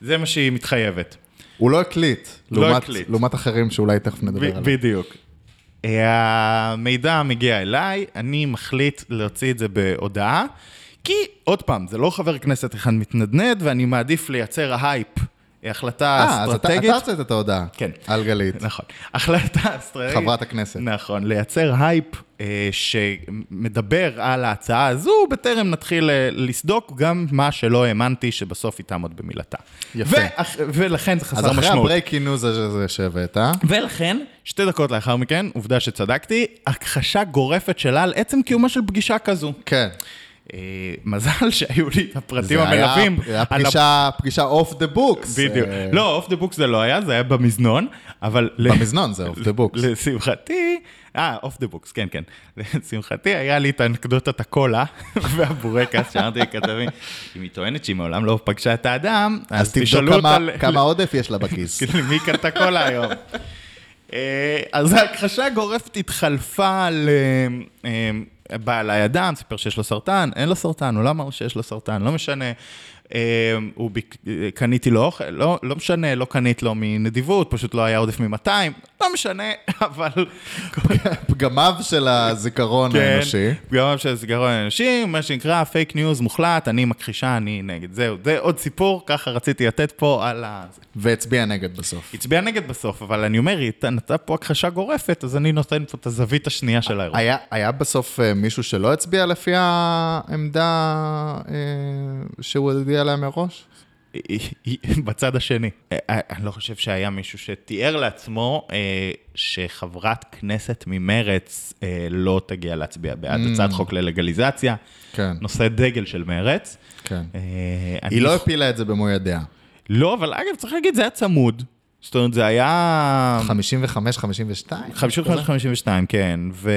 Speaker 2: זה מה שהיא מתחייבת.
Speaker 1: הוא לא הקליט.
Speaker 2: לא
Speaker 1: לעומת-
Speaker 2: הקליט.
Speaker 1: לעומת אחרים שאולי תכף נדבר
Speaker 2: ב-
Speaker 1: עליהם.
Speaker 2: בדיוק. אה, המידע מגיע אליי, אני מחליט להוציא את זה בהודעה, כי עוד פעם, זה לא חבר כנסת אחד מתנדנד, ואני מעדיף לייצר הייפ החלטה
Speaker 1: אה, אז אתה
Speaker 2: אסטרטגית.
Speaker 1: אתה הוצאת את ההודעה.
Speaker 2: כן.
Speaker 1: על גלית.
Speaker 2: נכון. החלטה אסטרטגית.
Speaker 1: חברת הכנסת.
Speaker 2: נכון, לייצר הייפ אה, שמדבר על ההצעה הזו, בטרם נתחיל אה, לסדוק גם מה שלא האמנתי שבסוף היא תעמוד במילתה.
Speaker 1: יפה.
Speaker 2: ואח, ולכן זה
Speaker 1: אז
Speaker 2: חסר
Speaker 1: אחרי
Speaker 2: משמעות.
Speaker 1: הברייקינג ניוז הזה שהבאת, אה?
Speaker 2: ולכן, שתי דקות לאחר מכן, עובדה שצדקתי, הכחשה גורפת שלה על עצם קיומה של פגישה כזו.
Speaker 1: כן.
Speaker 2: אה, מזל <laughs> שהיו לי את הפרטים
Speaker 1: זה היה-
Speaker 2: המלווים.
Speaker 1: היה
Speaker 2: על הפ-
Speaker 1: פגישה- אה, פגישה אוף דה בוקס.
Speaker 2: בדיוק. לא, אוף דה בוקס זה לא היה, זה היה במזנון, אבל... ל-
Speaker 1: במזנון זה off the books.
Speaker 2: לשמחתי, אה, אוף דה בוקס, כן, כן. לשמחתי, היה לי את אנקדוטת הקולה <laughs> והבורקס, שאמרתי לכתבים, אם היא טוענת שהיא מעולם לא פגשה את האדם,
Speaker 1: אז
Speaker 2: אז תשאלו
Speaker 1: תבדוק כמה-
Speaker 2: אותה... ל-
Speaker 1: כמה עודף יש לה
Speaker 2: <laughs>
Speaker 1: בכיס.
Speaker 2: כאילו, מי קנתה קולה היום? אה, אז ההכחשה הגורפת התחלפה על אה, אה, בעל הידם, סיפר שיש לו סרטן, אין לו סרטן, הוא לא אמר שיש לו סרטן, לא משנה. אה, הוא ביק- אה, קניתי לו אוכל, לא, לא משנה, לא קנית לו מנדיבות, פשוט לא היה עודף מ-200, לא משנה, <laughs> אבל...
Speaker 1: פגמיו של
Speaker 2: כן.
Speaker 1: הזיכרון האנושי.
Speaker 2: פגמיו של הסגרון האנושי, מה שנקרא פייק ניוז מוחלט, אני מכחישה, אני נגד. זהו, זה עוד סיפור, ככה רציתי לתת פה על ה...
Speaker 1: והצביע נגד בסוף.
Speaker 2: הצביע נגד בסוף, אבל אני אומר, היא נתנה פה הכחשה גורפת, אז אני נותן פה את הזווית השנייה של האירוע.
Speaker 1: היה, היה בסוף אה, מישהו שלא הצביע לפי העמדה אה, שהוא הודיע להם מראש?
Speaker 2: בצד השני. אה, אה, אני לא חושב שהיה מישהו שתיאר לעצמו אה, שחברת כנסת ממרץ אה, לא תגיע להצביע בעד הצעת חוק ללגליזציה,
Speaker 1: כן,
Speaker 2: נושא דגל של מרץ.
Speaker 1: כן.
Speaker 2: נכון. אה, אני
Speaker 1: היא לא הפילה את זה במו ידיה.
Speaker 2: לא, אבל אגב, צריך להגיד, זה היה צמוד. זאת אומרת, זה היה...
Speaker 1: 55-52?
Speaker 2: 55-52, כן. ו...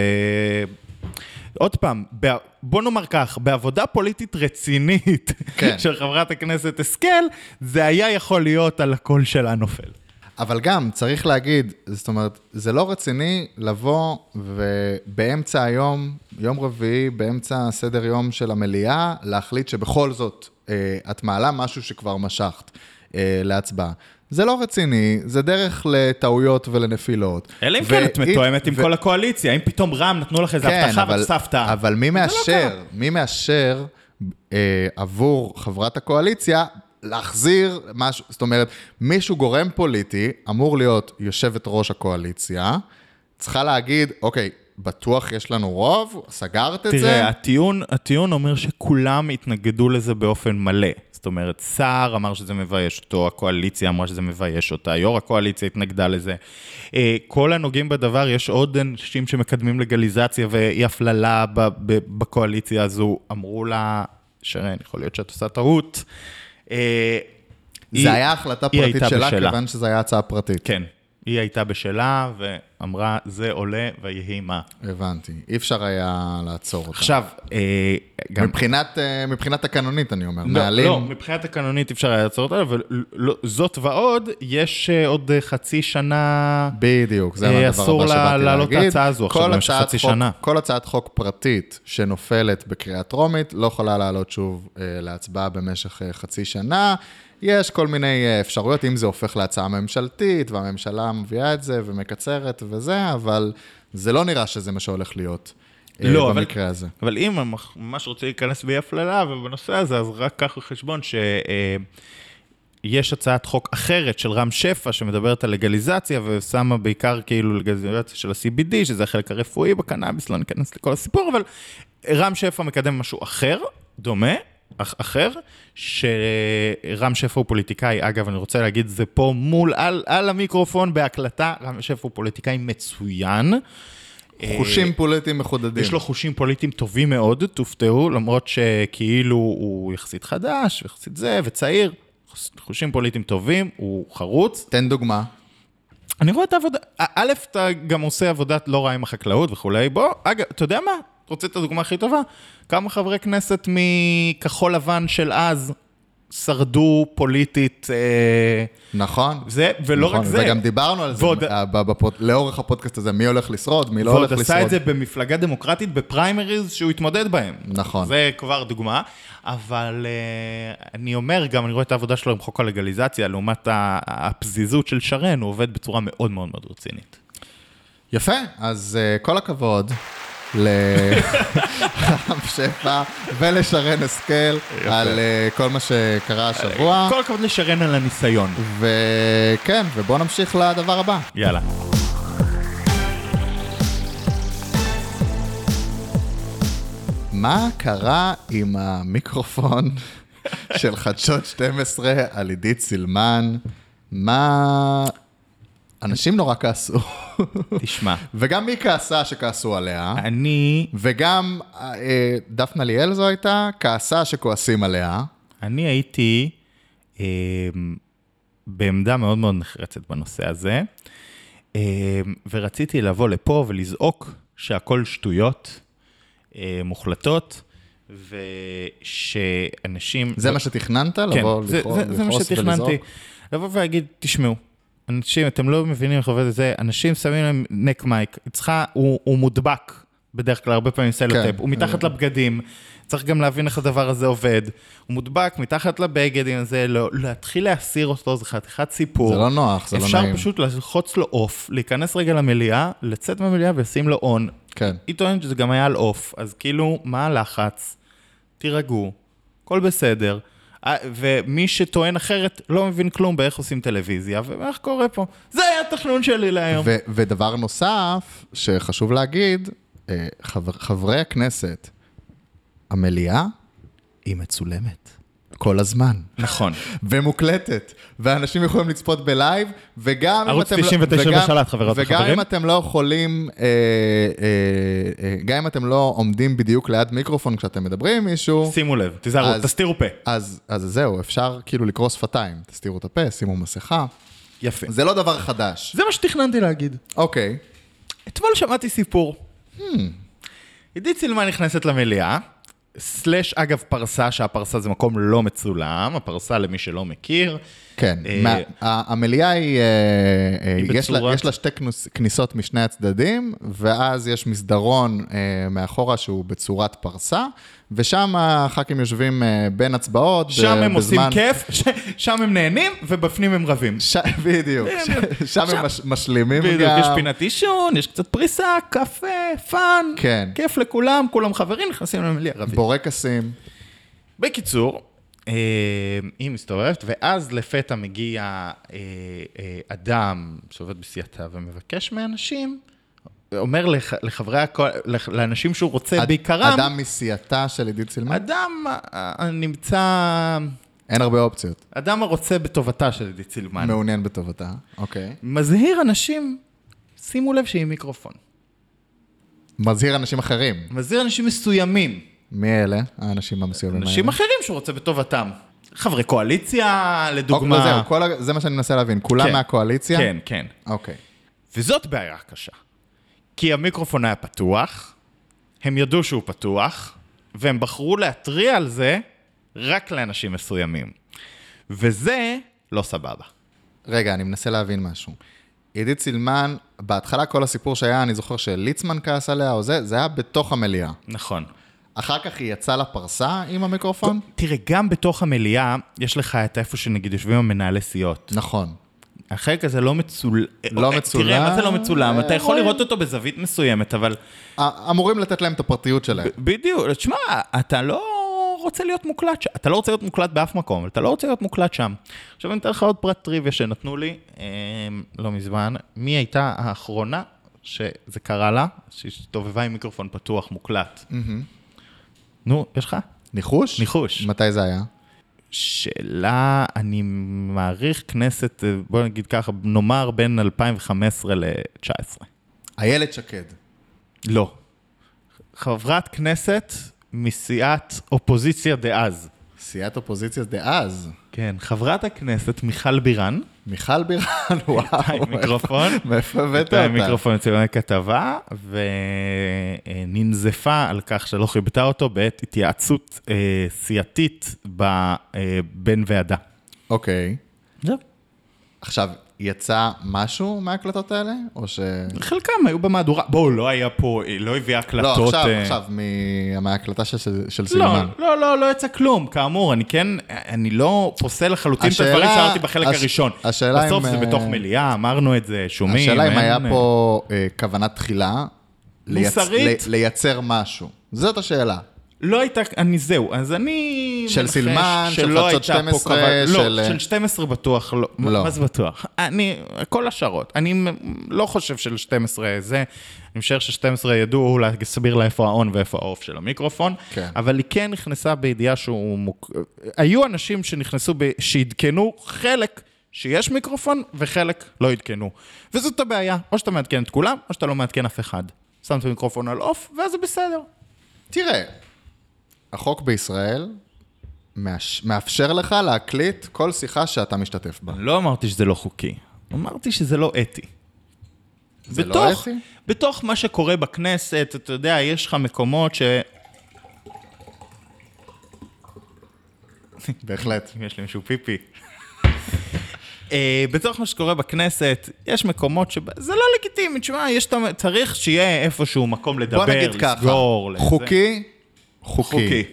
Speaker 2: עוד פעם, ב... בוא נאמר כך, בעבודה פוליטית רצינית
Speaker 1: כן.
Speaker 2: <laughs> של חברת הכנסת השכל, זה היה יכול להיות על הקול שלה נופל.
Speaker 1: אבל גם, צריך להגיד, זאת אומרת, זה לא רציני לבוא ובאמצע היום, יום רביעי, באמצע סדר יום של המליאה, להחליט שבכל זאת אה, את מעלה משהו שכבר משכת אה, להצבעה. זה לא רציני, זה דרך לטעויות ולנפילות.
Speaker 2: אלא אם כן את
Speaker 1: ואי-
Speaker 2: מתואמת עם
Speaker 1: ו-
Speaker 2: כל הקואליציה, אם פתאום רע"מ נתנו לך איזו הבטחה ואת סבתא.
Speaker 1: כן,
Speaker 2: לא
Speaker 1: אבל מי מאשר, מי מאשר אה, עבור חברת הקואליציה להחזיר משהו, זאת אומרת, מישהו גורם פוליטי אמור להיות יושבת ראש הקואליציה, צריכה להגיד, אוקיי, בטוח יש לנו רוב, סגרת את זה?
Speaker 2: תראה, הטיעון, הטיעון אומר שכולם התנגדו לזה באופן מלא. זאת אומרת, סער אמר שזה מבייש אותו, הקואליציה אמרה שזה מבייש אותה, יו"ר הקואליציה התנגדה לזה. אה, כל הנוגעים בדבר, יש עוד אנשים שמקדמים לגליזציה ואי הפללה ב- ב- בקואליציה הזו, אמרו לה, שרן, יכול להיות שאת עושה טעות. אה, היא-
Speaker 1: זה היה החלטה
Speaker 2: היא
Speaker 1: פרטית
Speaker 2: הייתה
Speaker 1: שלה,
Speaker 2: בשלה.
Speaker 1: כיוון שזו הייתה הצעה פרטית.
Speaker 2: כן, היא הייתה בשלה ואמרה, זה עולה ויהי מה.
Speaker 1: הבנתי, אי אפשר היה לעצור אותה.
Speaker 2: עכשיו, אה, גם
Speaker 1: מבחינת, אה, מבחינה תקנונית, אני אומר,
Speaker 2: לא,
Speaker 1: נהלים.
Speaker 2: לא, מבחינה תקנונית אפשר היה לעצור אותה, אבל לא, זאת ועוד, יש אה, עוד אה, חצי שנה...
Speaker 1: בדיוק, זה
Speaker 2: אה,
Speaker 1: הדבר הבא שבאתי
Speaker 2: אסור
Speaker 1: להגיד.
Speaker 2: לה- להעלות את ההצעה הזו עכשיו
Speaker 1: כל
Speaker 2: במשך
Speaker 1: הצעת
Speaker 2: חצי
Speaker 1: חוק-
Speaker 2: שנה.
Speaker 1: כל הצעת חוק פרטית שנופלת בקריאה טרומית, לא יכולה לעלות שוב אה, להצבעה במשך אה, חצי שנה. יש כל מיני אה, אפשרויות, אם זה הופך להצעה ממשלתית, והממשלה מביאה את זה ומקצרת וזה, אבל זה לא נראה שזה מה שהולך להיות אה,
Speaker 2: לא, אבל-
Speaker 1: במקרה הזה.
Speaker 2: אבל אם הם ממש רוצים להיכנס באי הפללה ובנושא הזה, אז רק קח בחשבון ש... אה, יש הצעת חוק אחרת של רם שפע שמדברת על לגליזציה ושמה בעיקר כאילו לגליזציה של ה-CBD, שזה החלק הרפואי בקנאביס, לא ניכנס לכל הסיפור, אבל רם שפע מקדם משהו אחר, דומה, אך אחר, שרם שפע הוא פוליטיקאי, אגב, אני רוצה להגיד זה פה מול, על, על המיקרופון בהקלטה, רם שפע הוא פוליטיקאי מצוין. אה,
Speaker 1: חושים פוליטיים מחודדים.
Speaker 2: יש לו חושים פוליטיים טובים מאוד, תופתעו, למרות שכאילו הוא יחסית חדש, יחסית זה, וצעיר, חושים פוליטיים טובים, הוא חרוץ.
Speaker 1: תן דוגמה.
Speaker 2: אני רואה את העבודה, א- א', אתה גם עושה עבודת לא רעה עם החקלאות וכולי, בוא, אגב, אתה יודע מה? אתה רוצה את הדוגמה הכי טובה? כמה חברי כנסת מכחול לבן של אז שרדו פוליטית, אה,
Speaker 1: נכון.
Speaker 2: זה, ולא
Speaker 1: נכון,
Speaker 2: רק זה.
Speaker 1: וגם דיברנו על זה
Speaker 2: ועוד-
Speaker 1: אה, ב- בפוד- לאורך הפודקאסט הזה, מי הולך לשרוד, מי לא
Speaker 2: ועוד
Speaker 1: הולך לשרוד.
Speaker 2: עשה את זה במפלגה דמוקרטית בפריימריז שהוא התמודד בהם.
Speaker 1: נכון.
Speaker 2: זה כבר דוגמה, אבל uh, אני אומר גם, אני רואה את העבודה שלו עם חוק הלגליזציה, לעומת ה- הפזיזות של שרן, הוא עובד בצורה מאוד מאוד מאוד רצינית.
Speaker 1: יפה, אז uh, כל אה, הכבוד. לרם <laughs> שפע ולשרן השכל על אה, כל מה שקרה השבוע.
Speaker 2: אה, כל הכבוד לשרן על הניסיון.
Speaker 1: וכן, ובואו נמשיך לדבר הבא.
Speaker 2: יאללה.
Speaker 1: מה קרה עם המיקרופון של חדשות 12 על עידית סילמן? מה... אנשים נורא כעסו, <laughs>
Speaker 2: תשמע,
Speaker 1: וגם מי כעסה שכעסו עליה,
Speaker 2: אה. אני,
Speaker 1: וגם אה, אה, דפנה ליאל זו הייתה, כעסה שכועסים עליה.
Speaker 2: אני הייתי אה, בעמדה מאוד מאוד נחרצת בנושא הזה, אה, ורציתי לבוא לפה ולזעוק שהכל שטויות אה, מוחלטות, ושאנשים...
Speaker 1: זה מה שתכננת?
Speaker 2: כן,
Speaker 1: לבוא
Speaker 2: זה,
Speaker 1: לכעוס-
Speaker 2: זה, זה מה
Speaker 1: לכעוס
Speaker 2: שתכננתי.
Speaker 1: ולזעוק?
Speaker 2: לבוא ולהגיד, תשמעו, אנשים, אתם לא מבינים איך עובד את זה, אנשים שמים להם נק מייק, צריכה, הוא, הוא מודבק בדרך כלל, הרבה פעמים סלוטאפ,
Speaker 1: כן.
Speaker 2: הוא מתחת לבגדים, צריך גם להבין איך הדבר הזה עובד, הוא מודבק מתחת לבגד, אם זה, לא, להתחיל להסיר אותו, זה חתיכת סיפור.
Speaker 1: זה לא נוח, זה לא
Speaker 2: אפשר
Speaker 1: נעים.
Speaker 2: פשוט ללחוץ לו אוף, להיכנס רגע למליאה, לצאת מהמליאה ולשים לו און.
Speaker 1: כן.
Speaker 2: היא טוענת שזה גם היה על אוף, אז כאילו, מה הלחץ? תירגעו, הכל בסדר. אה, ומי שטוען אחרת לא מבין כלום באיך עושים טלוויזיה ואיך קורה פה. זה היה התכנון שלי להיום.
Speaker 1: ו- ודבר נוסף שחשוב להגיד, אה, חבר- חברי הכנסת, המליאה היא מצולמת כל הזמן.
Speaker 2: נכון.
Speaker 1: ומוקלטת, ואנשים יכולים לצפות בלייב, וגם אם
Speaker 2: ערוץ
Speaker 1: אתם... לא-
Speaker 2: 99
Speaker 1: וגם-
Speaker 2: בשלט, חברות
Speaker 1: וגם
Speaker 2: וחברים.
Speaker 1: אם אתם לא יכולים, אה, אה, אה, גם אם אתם לא עומדים בדיוק ליד מיקרופון כשאתם מדברים עם מישהו,
Speaker 2: שימו לב, תיזהרו,
Speaker 1: אז-
Speaker 2: תסתירו פה.
Speaker 1: אז, אז זהו, אפשר כאילו לקרוא שפתיים. תסתירו את הפה, שימו מסכה.
Speaker 2: יפה.
Speaker 1: זה לא דבר חדש.
Speaker 2: זה מה שתכננתי להגיד.
Speaker 1: אוקיי.
Speaker 2: אתמול שמעתי סיפור.
Speaker 1: Hmm.
Speaker 2: עידית סילמן נכנסת למליאה, סלאש אגב פרסה, שהפרסה זה מקום לא מצולם, הפרסה למי שלא מכיר.
Speaker 1: כן,
Speaker 2: אה,
Speaker 1: מה- ה- המליאה היא, אה, אה,
Speaker 2: היא
Speaker 1: יש לה-
Speaker 2: בצורה-
Speaker 1: יש לה שתי כנוס- כניסות משני הצדדים, ואז יש מסדרון אה, מאחורה שהוא בצורת פרסה, ושם הח"כים יושבים אה, בין הצבעות.
Speaker 2: שם
Speaker 1: ב-
Speaker 2: הם עושים
Speaker 1: בזמן-
Speaker 2: כיף, ש- שם הם נהנים ובפנים הם רבים.
Speaker 1: ש-
Speaker 2: <laughs>
Speaker 1: בדיוק, ש- שם הם מש- משלימים גם.
Speaker 2: בדיוק, יש פינת עישון, יש קצת פריסה, קפה, פאן,
Speaker 1: כן.
Speaker 2: כיף לכולם, כולם חברים, נכנסים למליאה רבים.
Speaker 1: בורקסים.
Speaker 2: בקיצור, אה, היא מסתובבת, ואז לפתע מגיע אה, אה, אדם שעובד בסיעתה ומבקש מאנשים, אומר לח, לחברי הקו... לח, לאנשים שהוא רוצה
Speaker 1: אד-
Speaker 2: בעיקרם, אדם,
Speaker 1: אדם מסיעתה של עידית סילמן.
Speaker 2: אדם אה, הנמצא,
Speaker 1: אין הרבה אופציות.
Speaker 2: אדם הרוצה בטובתה של עידית סילמן.
Speaker 1: מעוניין בטובתה. אוקיי.
Speaker 2: מזהיר אנשים, שימו לב שהיא עם מיקרופון.
Speaker 1: מזהיר אנשים אחרים.
Speaker 2: מזהיר אנשים מסוימים.
Speaker 1: מי אלה? האנשים המסוימים האלה.
Speaker 2: אנשים אחרים שהוא רוצה בטובתם. חברי קואליציה,
Speaker 1: דוגמה.
Speaker 2: לדוגמה.
Speaker 1: אוקיי, זהו, כל ה- זה מה שאני מנסה להבין. כולם
Speaker 2: כן.
Speaker 1: מהקואליציה?
Speaker 2: כן, כן.
Speaker 1: אוקיי.
Speaker 2: וזאת בעיה קשה. כי המיקרופון היה פתוח, הם ידעו שהוא פתוח, והם בחרו להתריע על זה רק לאנשים מסוימים. וזה לא סבבה.
Speaker 1: רגע, אני מנסה להבין משהו. עידית סילמן, בהתחלה כל הסיפור שהיה, אני זוכר שליצמן כעס עליה או זה, זה היה בתוך המליאה.
Speaker 2: נכון.
Speaker 1: אחר כך היא יצאה לפרסה עם המיקרופון?
Speaker 2: תראה, גם בתוך המליאה, יש לך את איפה שנגיד יושבים המנהלי סיעות.
Speaker 1: נכון.
Speaker 2: החלק הזה לא מצול...
Speaker 1: לא
Speaker 2: אה, תראה, מה זה לא
Speaker 1: מצולם?
Speaker 2: מצולם? אתה
Speaker 1: אה,
Speaker 2: יכול
Speaker 1: רואים.
Speaker 2: לראות אותו בזווית מסוימת, אבל...
Speaker 1: א- אמורים לתת להם את הפרטיות שלהם.
Speaker 2: בדיוק, תשמע, אתה לא רוצה להיות מוקלט שם, אתה לא רוצה להיות מוקלט באף מקום, אבל אתה לא רוצה להיות מוקלט שם. עכשיו אני אתן לך עוד פרט טריוויה שנתנו לי אה, לא מזמן, מי הייתה האחרונה שזה קרה לה, שהסתובבה עם מיקרופון פתוח מוקלט. נו, יש לך?
Speaker 1: ניחוש?
Speaker 2: ניחוש.
Speaker 1: מתי זה היה?
Speaker 2: שאלה, אני מעריך כנסת, אה, בוא נגיד ככה, נאמר בין 2015 ל-2019.
Speaker 1: איילת שקד.
Speaker 2: לא. חברת כנסת מסיעת אופוזיציה דאז.
Speaker 1: סיעת אופוזיציה דאז.
Speaker 2: כן, חברת הכנסת מיכל בירן,
Speaker 1: מיכל בירן,
Speaker 2: <laughs> עם
Speaker 1: וואו.
Speaker 2: מיקרופון,
Speaker 1: מאיפה הבאת
Speaker 2: הייתה עם
Speaker 1: אותה?
Speaker 2: מיקרופון אצל כתבה, וננזפה על כך שלא חיבתה אותו בעת התייעצות אה, סיעתית ב- אה, בין ועדה.
Speaker 1: אוקיי.
Speaker 2: זהו.
Speaker 1: עכשיו, יצא משהו מההקלטות האלה? או ש...
Speaker 2: חלקם היו במהדורה, בואו, לא היה פה, אה, לא הביאה הקלטות.
Speaker 1: לא, עכשיו,
Speaker 2: אה,
Speaker 1: עכשיו, מה- מההקלטה של- של
Speaker 2: לא,
Speaker 1: סילמן.
Speaker 2: לא, לא, לא יצא כלום, כאמור, אני כן, אני לא פוסל לחלוטין את הדברים
Speaker 1: השאלה-
Speaker 2: שאמרתי בחלק
Speaker 1: הש-
Speaker 2: הראשון.
Speaker 1: השאלה
Speaker 2: בסוף
Speaker 1: אם,
Speaker 2: זה
Speaker 1: אה,
Speaker 2: בתוך מליאה, אמרנו את זה, שומעים. אה,
Speaker 1: השאלה אם
Speaker 2: אין,
Speaker 1: היה
Speaker 2: אה,
Speaker 1: פה אה, כוונת תחילה לייצ-
Speaker 2: מוסרית?
Speaker 1: ל- לייצר משהו? זאת השאלה.
Speaker 2: לא הייתה, אני זהו, אז אני...
Speaker 1: של
Speaker 2: מנחש
Speaker 1: סילמן, של
Speaker 2: שלא
Speaker 1: חדשות
Speaker 2: הייתה פה
Speaker 1: 12,
Speaker 2: כוונה-
Speaker 1: של- אה,
Speaker 2: לא, של 12 בטוח לא.
Speaker 1: לא.
Speaker 2: מה זה בטוח? אני, כל השערות. אני מ- לא חושב של 12 זה. אני משער ש-12 ידעו להסביר לה איפה ההון ואיפה העוף של המיקרופון.
Speaker 1: כן.
Speaker 2: אבל היא כן נכנסה בידיעה שהוא... מוק... היו אנשים שנכנסו, ב... שעדכנו חלק. שיש מיקרופון וחלק לא עדכנו. וזאת הבעיה, או שאתה מעדכן את כולם, או שאתה לא מעדכן אף אחד. שם את המיקרופון על עוף, ואז זה בסדר.
Speaker 1: תראה, החוק בישראל מאש- מאפשר לך להקליט כל שיחה שאתה משתתף בה.
Speaker 2: לא אמרתי שזה לא חוקי, אמרתי שזה לא אתי.
Speaker 1: זה לא אתי?
Speaker 2: בתוך מה שקורה בכנסת, אתה יודע, יש לך מקומות ש...
Speaker 1: בהחלט.
Speaker 2: יש לי מישהו פיפי. אה, בתוך מה שקורה בכנסת, יש מקומות ש... זה לא לגיטימי, תשמע, יש את ה- צריך שיהיה איפשהו מקום לדבר,
Speaker 1: בוא נגיד ככה,
Speaker 2: לסגור. לזה.
Speaker 1: חוקי,
Speaker 2: חוקי.
Speaker 1: חוקי.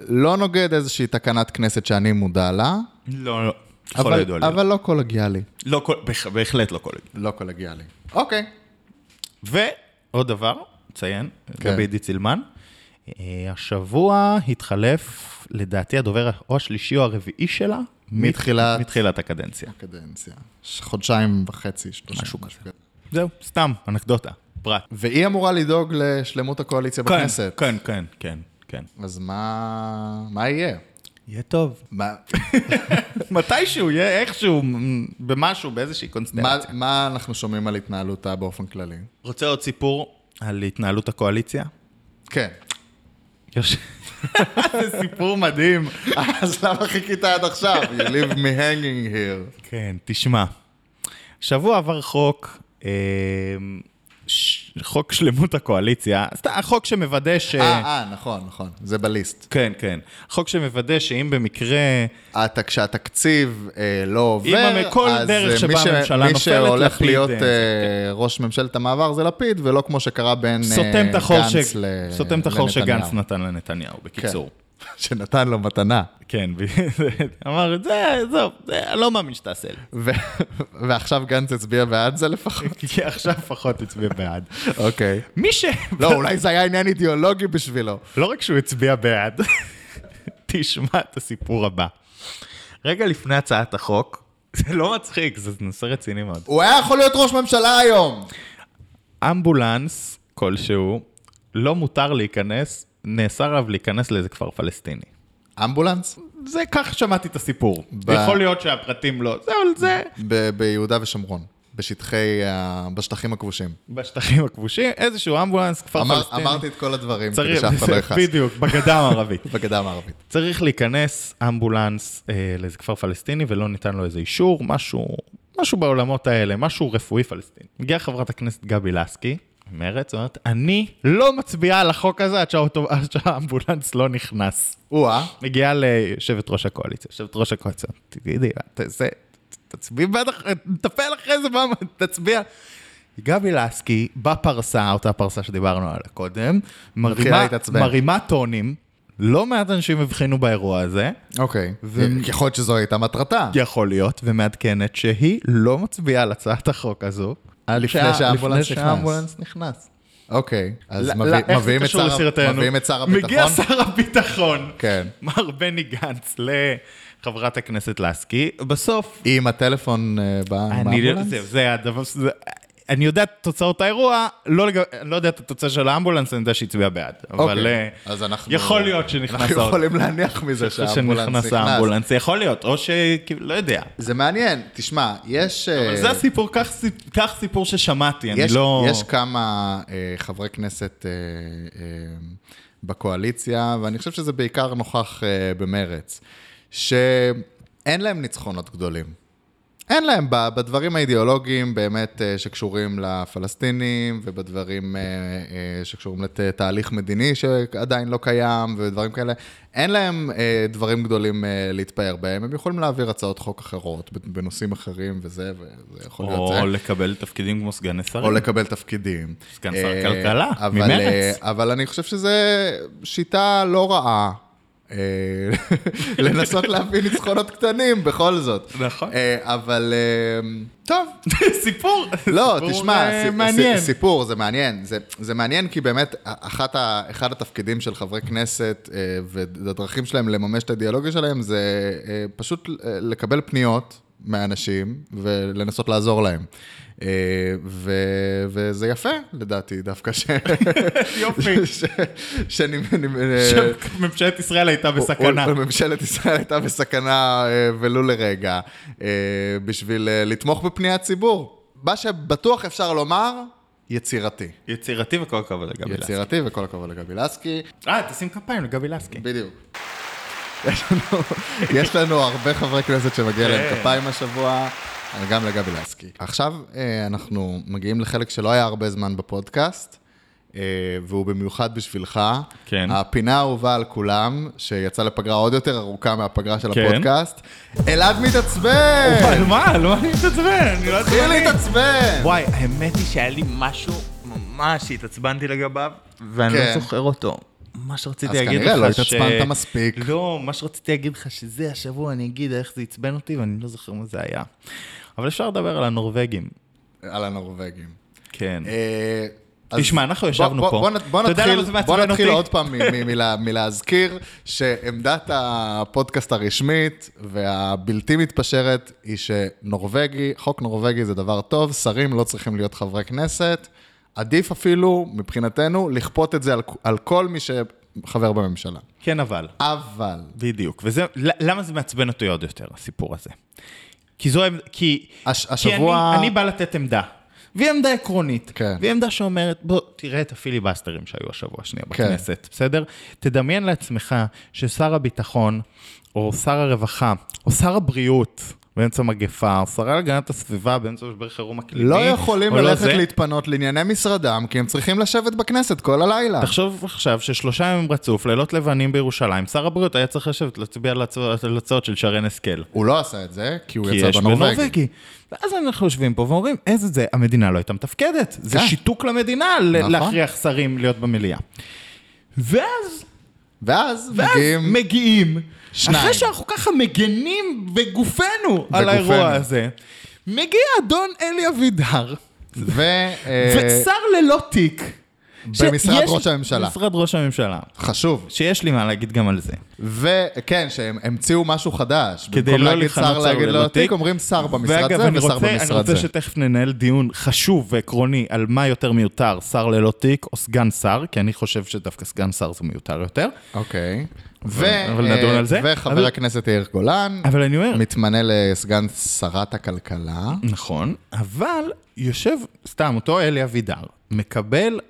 Speaker 1: לא נוגד איזושהי תקנת כנסת שאני מודע לה,
Speaker 2: לא, לא. ככל
Speaker 1: אבל,
Speaker 2: הידוע לי.
Speaker 1: אבל לא קולגיאלי.
Speaker 2: לא כל- בהח- בהחלט לא כל ידוע.
Speaker 1: לא קולגיאלי. אוקיי.
Speaker 2: ועוד דבר, נציין,
Speaker 1: כן.
Speaker 2: לגבי עידית סילמן, אה, השבוע התחלף, לדעתי, הדובר או השלישי או הרביעי שלה,
Speaker 1: מתחילת-
Speaker 2: מתחילת הקדנציה.
Speaker 1: קדנציה. ש- חודשיים וחצי, שלושה.
Speaker 2: משהו
Speaker 1: כזה.
Speaker 2: זהו, סתם, אנקדוטה, פרט.
Speaker 1: והיא אמורה לדאוג לשלמות הקואליציה בכנסת.
Speaker 2: כן, כן, כן, כן.
Speaker 1: אז מה... מה יהיה?
Speaker 2: יהיה טוב.
Speaker 1: מה,
Speaker 2: <laughs> מתישהו, יהיה איכשהו, מ- במשהו, באיזושהי
Speaker 1: מה,
Speaker 2: קונסטלציה.
Speaker 1: מה אנחנו שומעים על התנהלותה באופן כללי?
Speaker 2: רוצה עוד סיפור על התנהלות הקואליציה?
Speaker 1: כן.
Speaker 2: יש. זה סיפור מדהים.
Speaker 1: אז למה חיכית עד עכשיו? You live me hanging here.
Speaker 2: כן, תשמע. שבוע עבר חוק, אה, ש... חוק שלמות הקואליציה, סתם, החוק שמוודא ש...
Speaker 1: אה, אה, נכון, נכון. זה בליסט.
Speaker 2: כן, כן. חוק שמוודא שאם במקרה...
Speaker 1: אתה, כשהתקציב אה, לא עובר,
Speaker 2: אם המ- כל
Speaker 1: אז
Speaker 2: דרך
Speaker 1: אה,
Speaker 2: שבה
Speaker 1: מי
Speaker 2: הממשלה
Speaker 1: מי
Speaker 2: נופלת,
Speaker 1: שהולך
Speaker 2: לפיד,
Speaker 1: להיות
Speaker 2: אה,
Speaker 1: אה, ראש ממשלת המעבר זה לפיד, ולא כמו שקרה בין אה,
Speaker 2: סותם את החור, ש...
Speaker 1: גנץ ל-
Speaker 2: סותם את החור
Speaker 1: לנתניהו. כן.
Speaker 2: שגנץ נתן לנתניהו, בקיצור.
Speaker 1: <laughs> שנתן לו מתנה.
Speaker 2: כן, <laughs> אמר, זה, עזוב, זה- אני לא מאמין שתעשה
Speaker 1: <laughs>
Speaker 2: לי.
Speaker 1: ו- ועכשיו גנץ הצביע בעד זה לפחות?
Speaker 2: כי עכשיו פחות הצביע בעד.
Speaker 1: אוקיי.
Speaker 2: מי ש...
Speaker 1: לא, אולי זה היה עניין אידיאולוגי בשבילו.
Speaker 2: לא רק שהוא הצביע בעד, <laughs> תשמע את הסיפור הבא. רגע לפני הצעת החוק, <laughs> זה לא מצחיק, זה נושא רציני מאוד.
Speaker 1: הוא היה יכול להיות ראש ממשלה היום!
Speaker 2: אמבולנס כלשהו, לא מותר להיכנס, נאסר עליו להיכנס לאיזה כפר פלסטיני.
Speaker 1: אמבולנס?
Speaker 2: זה, כך שמעתי את הסיפור.
Speaker 1: ב-
Speaker 2: יכול להיות שהפרטים לא, זה, אבל זה...
Speaker 1: ב- ביהודה ושומרון, בשטחי, ה- בשטחים הכבושים.
Speaker 2: בשטחים הכבושים, איזשהו אמבולנס, כפר
Speaker 1: אמר-
Speaker 2: פלסטיני.
Speaker 1: אמרתי את כל הדברים, כדי
Speaker 2: צריך,
Speaker 1: שאף אחד לא יכעס.
Speaker 2: בדיוק, בגדה המערבית.
Speaker 1: בגדה המערבית.
Speaker 2: צריך להיכנס אמבולנס אה, לאיזה כפר פלסטיני ולא ניתן לו איזה אישור, משהו, משהו בעולמות האלה, משהו רפואי פלסטיני. מגיעה חברת הכנסת גבי לסקי, מרצ, אומרת, אני לא מצביעה על החוק הזה עד שהאוטו- עד שהאמבולנס לא נכנס.
Speaker 1: או-אה,
Speaker 2: מגיעה ליושבת ראש הקואליציה, יושבת ראש הקואליציה, תגידי, את- זה, תצביעי בטח, תטפל אחרי זה, מה, תצביע. גבי לסקי, בפרסה, אותה פרסה שדיברנו עליה קודם, מרימה,
Speaker 1: להתעצבן.
Speaker 2: מרימה טונים, לא מעט אנשים הבחינו באירוע הזה,
Speaker 1: אוקיי.
Speaker 2: ו- כן.
Speaker 1: יכול להיות שזו הייתה מטרתה.
Speaker 2: יכול להיות, ומעדכנת שהיא לא מצביעה על הצעת החוק הזו. עד
Speaker 1: אה, לפני
Speaker 2: שה-
Speaker 1: שהאמבולנס
Speaker 2: לפני
Speaker 1: נכנס.
Speaker 2: שהאמבולנס נכנס.
Speaker 1: אוקיי, אז
Speaker 2: לא-
Speaker 1: מביא-
Speaker 2: לא, איך זה
Speaker 1: מביאים את
Speaker 2: קשור
Speaker 1: שר-
Speaker 2: לסרטנו?
Speaker 1: מביאים את שר
Speaker 2: מגיע
Speaker 1: הביטחון.
Speaker 2: שר הביטחון.
Speaker 1: כן.
Speaker 2: מר בני גנץ לחברת הכנסת לסקי. בסוף,
Speaker 1: עם הטלפון אה, ב-
Speaker 2: אני,
Speaker 1: באמבולנס?
Speaker 2: זה, זה הדבר, זה, אני יודע את תוצאות האירוע, לא, לגב, לא יודע את התוצאה של האמבולנס, אני יודע שהצביע בעד. אבל
Speaker 1: אוקיי,
Speaker 2: אה,
Speaker 1: אז אנחנו...
Speaker 2: יכול להיות שנכנס
Speaker 1: אנחנו
Speaker 2: האוטו.
Speaker 1: יכולים להניח מזה
Speaker 2: אני חושב
Speaker 1: שהאמבולנס
Speaker 2: שנכנס
Speaker 1: נכנס.
Speaker 2: האמבולנס, יכול להיות, או ש... כאילו, לא יודע.
Speaker 1: זה מעניין, תשמע, יש... אה,
Speaker 2: אבל זה הסיפור, כך סיפ- כך סיפור ששמעתי, אני
Speaker 1: יש,
Speaker 2: לא...
Speaker 1: יש כמה אה, חברי כנסת אה, אה, בקואליציה, ואני חושב שזה בעיקר נוכח אה, במרץ, שאין להם ניצחונות גדולים. אין להם, ב- בדברים האידיאולוגיים באמת אה, שקשורים לפלסטינים, ובדברים אה, אה, שקשורים לתהליך מדיני שעדיין לא קיים, ודברים כאלה, אין להם אה, דברים גדולים אה, להתפאר בהם, הם יכולים להעביר הצעות חוק אחרות, בנושאים אחרים וזה, וזה יכול להיות זה.
Speaker 2: או לקבל תפקידים כמו סגני שרים.
Speaker 1: או לקבל תפקידים.
Speaker 2: סגן שר
Speaker 1: אה,
Speaker 2: הכלכלה,
Speaker 1: אבל,
Speaker 2: ממרץ.
Speaker 1: אה, אבל אני חושב שזו שיטה לא רעה אה, <laughs> לנסות להביא ניצחונות קטנים בכל זאת.
Speaker 2: נכון.
Speaker 1: אה, אבל אה, טוב,
Speaker 2: <laughs> סיפור.
Speaker 1: לא,
Speaker 2: סיפור,
Speaker 1: תשמע,
Speaker 2: אה,
Speaker 1: סי-
Speaker 2: מעניין.
Speaker 1: סי- סיפור, זה מעניין. זה- זה מעניין כי באמת, א- אחת ה- אחד התפקידים של חברי כנסת אה, והדרכים שלהם לממש את האידיאולוגיה שלהם זה אה, פשוט אה, לקבל פניות מאנשים ולנסות לעזור להם. אה, ו- וזה יפה, לדעתי, דווקא ש... <laughs>
Speaker 2: יופי.
Speaker 1: ש- שאני...
Speaker 2: שממשלת ישראל הייתה בסכנה.
Speaker 1: אה, או- או- ממשלת ישראל הייתה בסכנה אה, ולו לרגע, אה, בשביל אה, לתמוך בפני הציבור. מה שבטוח אפשר לומר, יצירתי.
Speaker 2: יצירתי וכל הכבוד לגבי לסקי.
Speaker 1: יצירתי, וכל הכבוד לגבי לסקי.
Speaker 2: אה, תשים כפיים לגבי לסקי.
Speaker 1: בדיוק. <laughs> יש לנו- יש לנו הרבה חברי כנסת שמגיע להם
Speaker 2: כן.
Speaker 1: כפיים השבוע, אבל גם לגבי לסקי. עכשיו אה, אנחנו מגיעים לחלק שלא היה הרבה זמן בפודקאסט, אה, והוא במיוחד בשבילך.
Speaker 2: כן.
Speaker 1: הפינה האהובה על כולם, שיצאה לפגרה עוד יותר ארוכה מהפגרה של
Speaker 2: כן.
Speaker 1: הפודקאסט. אלעד מתעצבן!
Speaker 2: על אה, מה? על מה אני מתעצבן? אני לא
Speaker 1: תתחיל
Speaker 2: יודע.
Speaker 1: להתעצבן!
Speaker 2: וואי, האמת היא שהיה לי משהו ממש שהתעצבנתי לגביו, ואני
Speaker 1: כן.
Speaker 2: לא זוכר אותו. מה שרציתי
Speaker 1: אז
Speaker 2: להגיד לך ש...
Speaker 1: כנראה לא התעצבנת מספיק.
Speaker 2: לא, מה שרציתי להגיד לך שזה השבוע, אני אגיד איך זה עצבן אותי, ואני לא זוכר מה זה היה. אבל אפשר לדבר על הנורבגים.
Speaker 1: על הנורבגים.
Speaker 2: כן.
Speaker 1: אה, אז
Speaker 2: תשמע, אנחנו ישבנו
Speaker 1: בוא,
Speaker 2: פה.
Speaker 1: בוא, בוא,
Speaker 2: אתה יודע
Speaker 1: נתחיל,
Speaker 2: למה זה מעצבן
Speaker 1: בוא נתחיל
Speaker 2: אותי?
Speaker 1: עוד פעם מ- מ- מלה- מלהזכיר שעמדת הפודקאסט הרשמית והבלתי מתפשרת היא שנורבגי, חוק נורבגי זה דבר טוב, שרים לא צריכים להיות חברי כנסת. עדיף אפילו, מבחינתנו, לכפות את זה על, על כל מי שחבר בממשלה.
Speaker 2: כן, אבל.
Speaker 1: אבל,
Speaker 2: בדיוק. וזה, ל- למה זה מעצבן אותי עוד יותר, הסיפור הזה? כי זו, עמד- כי,
Speaker 1: הש-
Speaker 2: כי
Speaker 1: השבוע...
Speaker 2: אני, אני בא לתת עמדה. והיא עמדה עקרונית.
Speaker 1: כן.
Speaker 2: והיא עמדה שאומרת, בוא, תראה את הפיליבסטרים שהיו השבוע שנייה
Speaker 1: כן.
Speaker 2: בכנסת, בסדר? תדמיין לעצמך ששר הביטחון, או שר הרווחה, או שר הבריאות, באמצע מגפה, או שרה להגנת הסביבה, באמצע משבר חירום אקלימי,
Speaker 1: לא יכולים
Speaker 2: או לא
Speaker 1: ללכת
Speaker 2: זה.
Speaker 1: להתפנות לענייני משרדם, כי הם צריכים לשבת בכנסת כל הלילה.
Speaker 2: תחשוב עכשיו ששלושה ימים רצוף, לילות לבנים בירושלים, שר הבריאות היה צריך לשבת להצביע על הצעות- על הצעות של שרן השכל.
Speaker 1: הוא לא עשה את זה, כי הוא
Speaker 2: כי
Speaker 1: יצא
Speaker 2: יש
Speaker 1: בנורבגי.
Speaker 2: בנורבגי. ואז אנחנו יושבים פה ואומרים, איזה זה, המדינה לא הייתה מתפקדת. זה
Speaker 1: כן.
Speaker 2: שיתוק למדינה ל-
Speaker 1: נכון.
Speaker 2: להכריח שרים להיות במליאה. ואז,
Speaker 1: ואז
Speaker 2: ואז
Speaker 1: מגיעים...
Speaker 2: מגיעים,
Speaker 1: שניים.
Speaker 2: אחרי שאנחנו ככה מגנים בגופנו על האירוע
Speaker 1: בגופנו.
Speaker 2: הזה, מגיע אדון אלי אבידר,
Speaker 1: ו... אה,
Speaker 2: ושר ללא תיק.
Speaker 1: במשרד
Speaker 2: שיש-
Speaker 1: ראש הממשלה.
Speaker 2: במשרד ראש הממשלה.
Speaker 1: חשוב.
Speaker 2: שיש לי מה להגיד גם על זה.
Speaker 1: וכן, שהם המציאו משהו חדש.
Speaker 2: כדי
Speaker 1: במקום
Speaker 2: לא
Speaker 1: להגיד
Speaker 2: לכנות
Speaker 1: שר
Speaker 2: שר
Speaker 1: להגיד
Speaker 2: ללא
Speaker 1: לא תיק,
Speaker 2: תיק.
Speaker 1: אומרים שר במשרד
Speaker 2: ואגב,
Speaker 1: זה
Speaker 2: אני
Speaker 1: ושר
Speaker 2: רוצה, אני
Speaker 1: במשרד זה.
Speaker 2: רוצה שתכף ננהל דיון חשוב ועקרוני על מה יותר מיותר, שר ללא תיק או סגן שר, כי אני חושב שדווקא סגן שר זה מיותר יותר.
Speaker 1: אוקיי.
Speaker 2: אבל-
Speaker 1: ו-
Speaker 2: אבל נדון
Speaker 1: אה,
Speaker 2: על זה.
Speaker 1: וחבר
Speaker 2: אבל-
Speaker 1: הכנסת יאיר גולן
Speaker 2: אבל אני אומר,
Speaker 1: מתמנה לסגן שרת הכלכלה.
Speaker 2: נכון, אבל יושב, סתם, אותו אלי אבידר, מקבל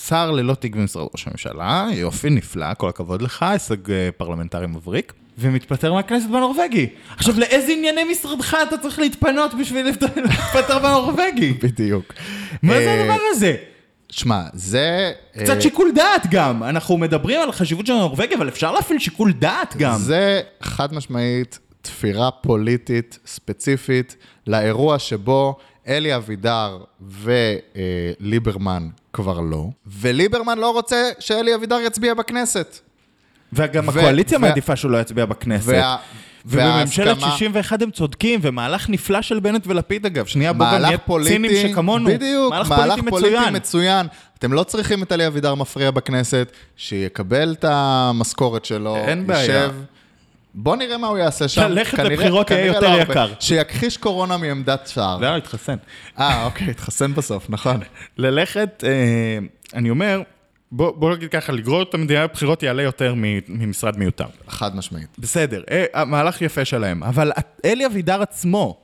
Speaker 2: שר ללא תיק במשרד ראש הממשלה, יופי, נפלא, כל הכבוד לך, הישג אה, פרלמנטרי מבריק, ומתפטר מהכנסת בנורבגי. עכשיו, לאיזה ענייני משרדך אתה צריך להתפנות בשביל <laughs> להתפטר בנורבגי?
Speaker 1: אה, בדיוק.
Speaker 2: מה
Speaker 1: אה,
Speaker 2: זה הדבר הזה?
Speaker 1: שמע, זה...
Speaker 2: קצת
Speaker 1: אה,
Speaker 2: שיקול דעת גם, אנחנו מדברים על החשיבות של הנורבגיה, אבל אפשר להפעיל שיקול דעת גם.
Speaker 1: זה חד משמעית תפירה פוליטית ספציפית לאירוע שבו אלי אבידר וליברמן כבר לא, וליברמן לא רוצה שאלי אבידר יצביע בכנסת.
Speaker 2: וגם
Speaker 1: ו-
Speaker 2: הקואליציה
Speaker 1: ו-
Speaker 2: מעדיפה שהוא לא יצביע בכנסת.
Speaker 1: וה-
Speaker 2: ובממשלת
Speaker 1: וההסכמה-
Speaker 2: 61 הם צודקים, ומהלך נפלא של בנט ולפיד אגב, שנייה בוא גם נהיה
Speaker 1: מהלך
Speaker 2: צינים
Speaker 1: פוליטי,
Speaker 2: שכמונו,
Speaker 1: בדיוק,
Speaker 2: מהלך פוליטי מצוין.
Speaker 1: מצוין. אתם לא צריכים את אלי אבידר מפריע בכנסת, שיקבל את המשכורת שלו,
Speaker 2: אין בעיה.
Speaker 1: יישב. בוא נראה מה הוא יעשה שם.
Speaker 2: ללכת
Speaker 1: כנראה-
Speaker 2: לבחירות יהיה
Speaker 1: כנראה
Speaker 2: יותר
Speaker 1: לא הרבה.
Speaker 2: יקר.
Speaker 1: שיכחיש קורונה מעמדת שר.
Speaker 2: לא, התחסן.
Speaker 1: אה, אוקיי, התחסן בסוף, נכון.
Speaker 2: ללכת, אה, אני אומר, בוא בוא נגיד ככה, לגרור את המדינה לבחירות יעלה יותר מ- ממשרד מיותר.
Speaker 1: חד משמעית.
Speaker 2: בסדר, אה, מהלך יפה שלהם, אבל את- אלי אבידר עצמו,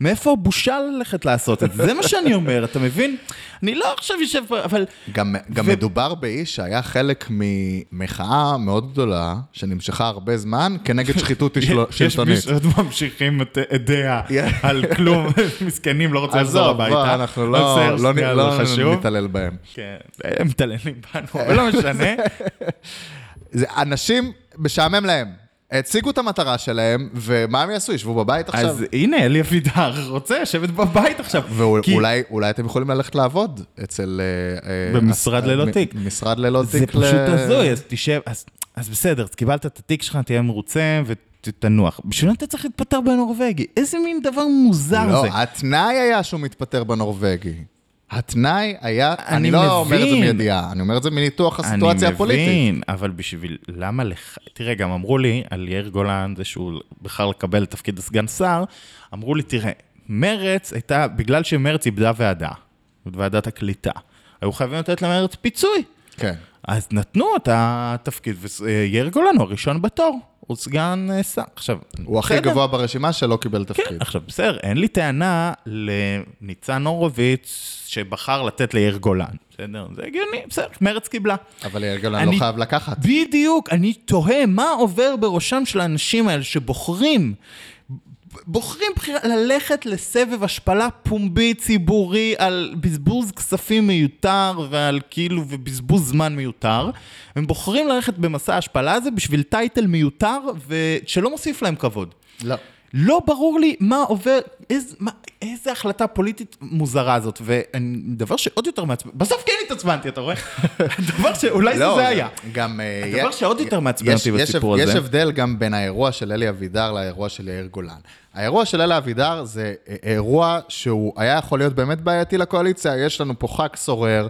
Speaker 2: מאיפה הבושה ללכת לעשות את זה? זה מה שאני אומר, אתה מבין? אני לא עכשיו יושב פה, אבל...
Speaker 1: גם, גם ו... מדובר באיש שהיה חלק ממחאה מאוד גדולה, שנמשכה הרבה זמן, כנגד שחיתות שלו-
Speaker 2: <laughs> יש מי
Speaker 1: לא, שלטונית.
Speaker 2: שעוד ממשיכים את את דעה על <laughs> כלום, מסכנים, לא רוצה לחזור
Speaker 1: עזוב,
Speaker 2: הביתה.
Speaker 1: בוא, אנחנו
Speaker 2: אבל
Speaker 1: לא,
Speaker 2: בסדר,
Speaker 1: לא,
Speaker 2: שנייה,
Speaker 1: לא,
Speaker 2: זה
Speaker 1: לא
Speaker 2: חשוב.
Speaker 1: נתעלל בהם.
Speaker 2: כן, הם מתעללים בנו, <laughs> אבל לא משנה.
Speaker 1: זה, אנשים, משעמם להם. הציגו את המטרה שלהם, ומה הם יעשו? ישבו בבית עכשיו?
Speaker 2: אז הנה, אלי אבידר רוצה לשבת בבית עכשיו. כי-
Speaker 1: ואולי אולי אתם יכולים ללכת לעבוד אצל... אה, אה,
Speaker 2: במשרד
Speaker 1: הס-
Speaker 2: ללא
Speaker 1: מ-
Speaker 2: תיק.
Speaker 1: משרד ללא
Speaker 2: זה
Speaker 1: תיק.
Speaker 2: פשוט
Speaker 1: ל-
Speaker 2: הזוי, אז תשב, אז אז בסדר, אז קיבלת את התיק שלך, תהיה מרוצה ותנוח. בשביל מה אתה צריך להתפטר בנורבגי? איזה מין דבר מוזר
Speaker 1: לא,
Speaker 2: זה.
Speaker 1: התנאי היה שהוא מתפטר בנורבגי. התנאי היה, אני,
Speaker 2: אני
Speaker 1: לא אומר את זה
Speaker 2: מבין.
Speaker 1: מידיעה, אני אומר את זה מניתוח הסיטואציה הפוליטית.
Speaker 2: אני מבין, אבל בשביל, למה לך... תראה, גם אמרו לי על יאיר גולן, זה שהוא בחר לקבל את תפקיד הסגן שר, אמרו לי, תראה, מרץ הייתה, בגלל שמרץ איבדה ועדה, את ועדת הקליטה, היו חייבים לתת למרץ פיצוי.
Speaker 1: כן.
Speaker 2: אז נתנו את התפקיד, ויאיר גולן הוא הראשון בתור, הוא סגן אה, שר. עכשיו,
Speaker 1: הוא הכי
Speaker 2: בסדר.
Speaker 1: גבוה ברשימה שלא קיבל
Speaker 2: כן,
Speaker 1: תפקיד.
Speaker 2: עכשיו בסדר, אין לי טענה לניצן הורוביץ שבחר לתת ליאיר גולן, בסדר? זה הגיוני, בסדר, מרץ קיבלה.
Speaker 1: אבל יאיר גולן לא
Speaker 2: אני-
Speaker 1: חייב לקחת.
Speaker 2: בדיוק, אני תוהה מה עובר בראשם של האנשים האלה שבוחרים, בוחרים בחירה ללכת לסבב השפלה פומבי ציבורי על בזבוז כספים מיותר ועל כאילו ובזבוז זמן מיותר. הם בוחרים ללכת במסע ההשפלה הזה בשביל טייטל מיותר ושלא מוסיף להם כבוד.
Speaker 1: לא.
Speaker 2: לא ברור לי מה עובר, איז, מה, איזה החלטה פוליטית מוזרה זאת, ודבר שעוד יותר מעצבן, בסוף כן התעצבנתי,
Speaker 1: <laughs>
Speaker 2: אתה רואה? דבר שאולי זה
Speaker 1: לא,
Speaker 2: זה היה.
Speaker 1: גם... אה,
Speaker 2: הדבר
Speaker 1: יה-
Speaker 2: שעוד יותר מעצבן
Speaker 1: יש-
Speaker 2: אותי
Speaker 1: יש-
Speaker 2: בסיפור
Speaker 1: יש
Speaker 2: הזה.
Speaker 1: הבדל גם בין האירוע של אלי אבידר לאירוע של יאיר גולן. האירוע של אלי אבידר זה אה, אירוע שהוא היה יכול להיות באמת בעייתי לקואליציה. יש לנו פה ח"כ סורר,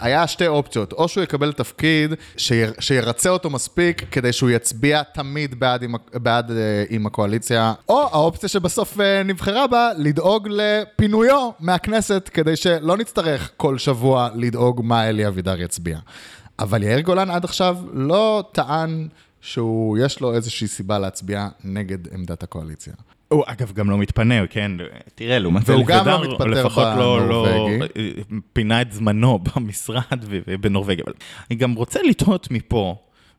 Speaker 1: שהיה שתי אופציות, או שהוא יקבל תפקיד שיר- שירצה אותו מספיק כדי שהוא יצביע תמיד בעד עם ה- בעד, אה, עם הקואליציה, או האופציה שבסוף אה, נבחרה בה, לדאוג לפינויו מהכנסת, כדי שלא נצטרך כל שבוע לדאוג מה אלי אבידר יצביע. אבל יאיר גולן עד עכשיו לא טען שהוא, יש לו איזושהי סיבה להצביע נגד עמדת הקואליציה.
Speaker 2: הוא אגב גם לא מתפנה, כן, תראה, לעומת
Speaker 1: והוא גם לא
Speaker 2: אבידר,
Speaker 1: מתפטר
Speaker 2: לפחות לא, לא
Speaker 1: בנורבגי.
Speaker 2: פינה את זמנו <laughs> במשרד ו- ובנורבגיה. אבל אני גם רוצה לתהות מפה,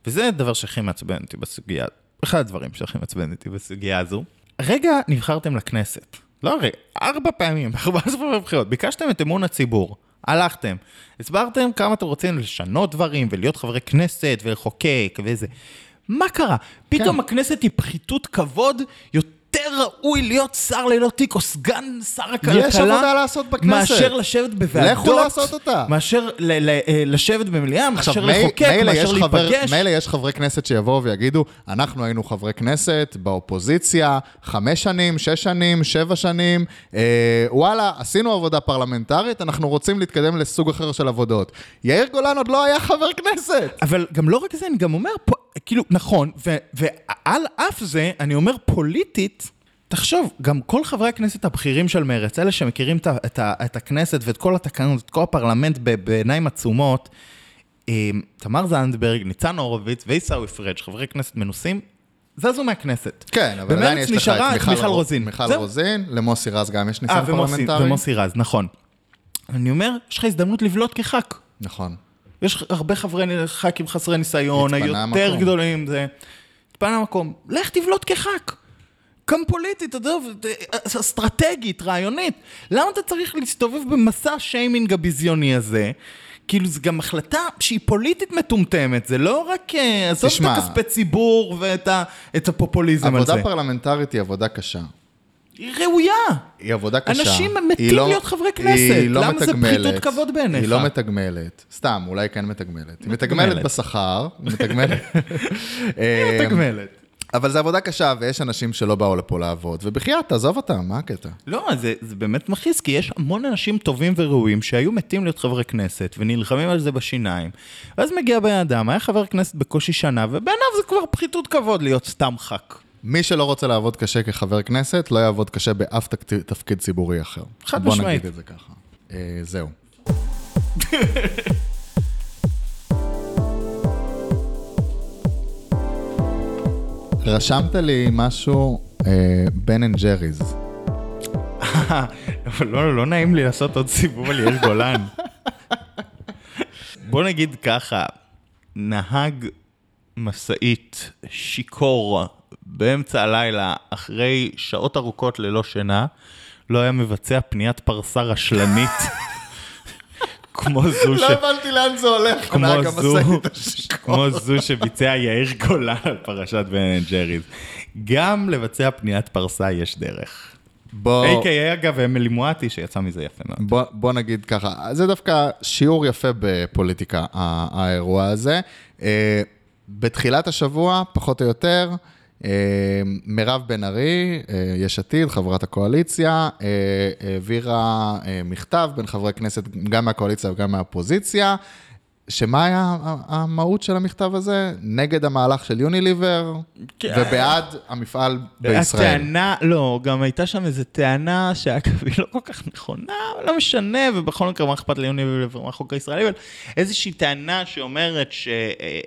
Speaker 2: וזה הדבר שהכי מעצבן אותי בסוגיה, אחד הדברים שהכי מעצבן אותי בסוגיה הזו. רגע נבחרתם לכנסת, לא הרי, ארבע פעמים, <laughs> ארבע סבבי בחירות, ביקשתם את אמון הציבור. הלכתם, הסברתם כמה אתם רוצים לשנות דברים ולהיות חברי כנסת ולחוקק וזה. מה קרה? פתאום
Speaker 1: כן.
Speaker 2: הכנסת היא פחיתות כבוד יותר ראוי להיות שר ללא תיק או סגן שר הכלכלה.
Speaker 1: יש עבודה לעשות בכנסת.
Speaker 2: מאשר לשבת בוועדות.
Speaker 1: לכו לעשות אותה.
Speaker 2: מאשר ל- ל- אה, לשבת במליאה, מאשר
Speaker 1: מי-
Speaker 2: לחוקק,
Speaker 1: מילא יש
Speaker 2: מאשר
Speaker 1: חבר-
Speaker 2: להיפגש.
Speaker 1: מילא יש חברי כנסת שיבואו ויגידו, אנחנו היינו חברי כנסת באופוזיציה, חמש שנים, שש שנים, שבע שנים, אה, וואלה, עשינו עבודה פרלמנטרית, אנחנו רוצים להתקדם לסוג אחר של עבודות. יאיר גולן עוד לא היה חבר כנסת.
Speaker 2: אבל גם לא רק זה, אני גם אומר פה, כאילו, נכון, ו- ועל אף זה, אני אומר פוליטית, תחשוב, גם כל חברי הכנסת הבכירים של מרצ, אלה שמכירים את, ה- את, ה- את הכנסת ואת כל התקנות, את כל הפרלמנט ב- בעיניים עצומות, אה, תמר זנדברג, ניצן הורוביץ ועיסאווי פריג', חברי כנסת מנוסים, זזו מהכנסת.
Speaker 1: כן, אבל עדיין
Speaker 2: במרצ
Speaker 1: יש לך
Speaker 2: נשארה
Speaker 1: את מיכל רוזין. אה,
Speaker 2: מיכל
Speaker 1: מיכל רוזין, למוסי רז גם יש ניסיון
Speaker 2: אה, ומוסי,
Speaker 1: פרלמנטרי.
Speaker 2: ומוסי רז, נכון. אני אומר, יש לך הזדמנות לבלוט כח"כ.
Speaker 1: נכון.
Speaker 2: יש הרבה חברי ח"כים חסרי ניסיון,
Speaker 1: התפנה
Speaker 2: היותר
Speaker 1: המקום.
Speaker 2: גדולים, זה... התפנה מקום. לך תבלוט כח"כ. גם פוליטית, עזוב, ת- אה, אסטרטגית, רעיונית. למה אתה צריך להסתובב במסע השיימינג הביזיוני הזה? כאילו, זו גם החלטה שהיא פוליטית מטומטמת, זה לא רק... אה, עזוב
Speaker 1: תשמע.
Speaker 2: את הכספי ציבור ואת ה, את הפופוליזם על זה.
Speaker 1: עבודה פרלמנטרית היא עבודה קשה.
Speaker 2: היא ראויה.
Speaker 1: היא עבודה קשה.
Speaker 2: אנשים
Speaker 1: היא לא-
Speaker 2: מתים להיות חברי כנסת.
Speaker 1: היא לא
Speaker 2: למה זה
Speaker 1: מתגמלת.
Speaker 2: פחיתות כבוד בעיניך?
Speaker 1: היא לא מתגמלת. סתם, אולי כן מתגמלת. היא מתגמלת
Speaker 2: מתגמלת.
Speaker 1: בשכר.
Speaker 2: <laughs>
Speaker 1: מתגמלת. אה,
Speaker 2: מתגמלת.
Speaker 1: אבל זו עבודה קשה, ויש אנשים שלא באו לפה לעבוד, ובחייאת, תעזוב אותם, מה הקטע?
Speaker 2: לא, זה, זה באמת מכעיס, כי יש המון אנשים טובים וראויים שהיו מתים להיות חברי כנסת, ונלחמים על זה בשיניים. ואז מגיע בן אדם, היה חבר כנסת בקושי שנה, ובעיניו זה כבר פחיתות כבוד להיות סתם ח"כ.
Speaker 1: מי שלא רוצה לעבוד קשה כחבר כנסת, לא יעבוד קשה באף תקט- תפקיד ציבורי אחר.
Speaker 2: חד
Speaker 1: בוא נגיד
Speaker 2: משמעית.
Speaker 1: את זה ככה. אה, זהו. רשמת לי משהו, אה, בן אנד ג'ריז.
Speaker 2: אבל לא, לא נעים לי לעשות עוד סיבוב על יאיר גולן. בוא נגיד ככה, נהג משאית שיכור באמצע הלילה, אחרי שעות ארוכות ללא שינה, לא היה מבצע פניית פרסה רשלנית, כמו זו ש...
Speaker 1: לא הבנתי לאן זה הולך,
Speaker 2: כמו זו, כמו זו שביצע יאיר גולן על פרשת בן אנד ג'ריז. גם לבצע פניית פרסה יש דרך.
Speaker 1: בוא...
Speaker 2: A.K.A. אגב אמילי מואטי, שיצא מזה יפה מאוד.
Speaker 1: בוא, בוא נגיד ככה, זה דווקא שיעור יפה בפוליטיקה, ה- האירוע הזה. אה, בתחילת השבוע, פחות או יותר, אה, מירב בן ארי, אה, יש עתיד, חברת הקואליציה, אה, העבירה אה, מכתב בין חברי כנסת, גם מהקואליציה וגם מהאופוזיציה, שמה היה ה- המהות של המכתב הזה? נגד המהלך של יוניליבר,
Speaker 2: כן.
Speaker 1: ובעד המפעל בישראל.
Speaker 2: הטענה, לא, גם הייתה שם איזו טענה שהיא לא כל כך נכונה, אבל לא משנה, ובכל מקרה, מה אכפת ליוניבר מהחוק הישראלי, אבל איזושהי טענה שאומרת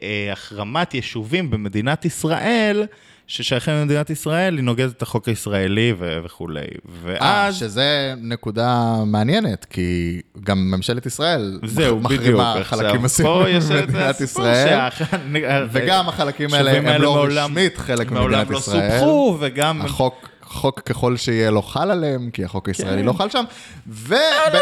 Speaker 2: שהחרמת יישובים במדינת ישראל, ששייכים למדינת ישראל, היא נוגדת את החוק הישראלי ו- וכולי.
Speaker 1: אה,
Speaker 2: ואז...
Speaker 1: שזה נקודה מעניינת, כי גם ממשלת ישראל
Speaker 2: זהו,
Speaker 1: מח-
Speaker 2: בדיוק,
Speaker 1: מחרימה חלקים
Speaker 2: פה
Speaker 1: מסוימים
Speaker 2: יש את
Speaker 1: במדינת
Speaker 2: הסיפור
Speaker 1: ישראל,
Speaker 2: שה-
Speaker 1: וגם החלקים האלה
Speaker 2: היישובים
Speaker 1: הם לא
Speaker 2: מעולם-
Speaker 1: רשמית חלק ממדינת
Speaker 2: מעולם לא
Speaker 1: ישראל. נכון.
Speaker 2: סופחו, וגם...
Speaker 1: החוק, חוק ככל שיהיה לא חל עליהם, כי החוק הישראלי לא חל שם. ו- ב- וב-
Speaker 2: כן. אה, לא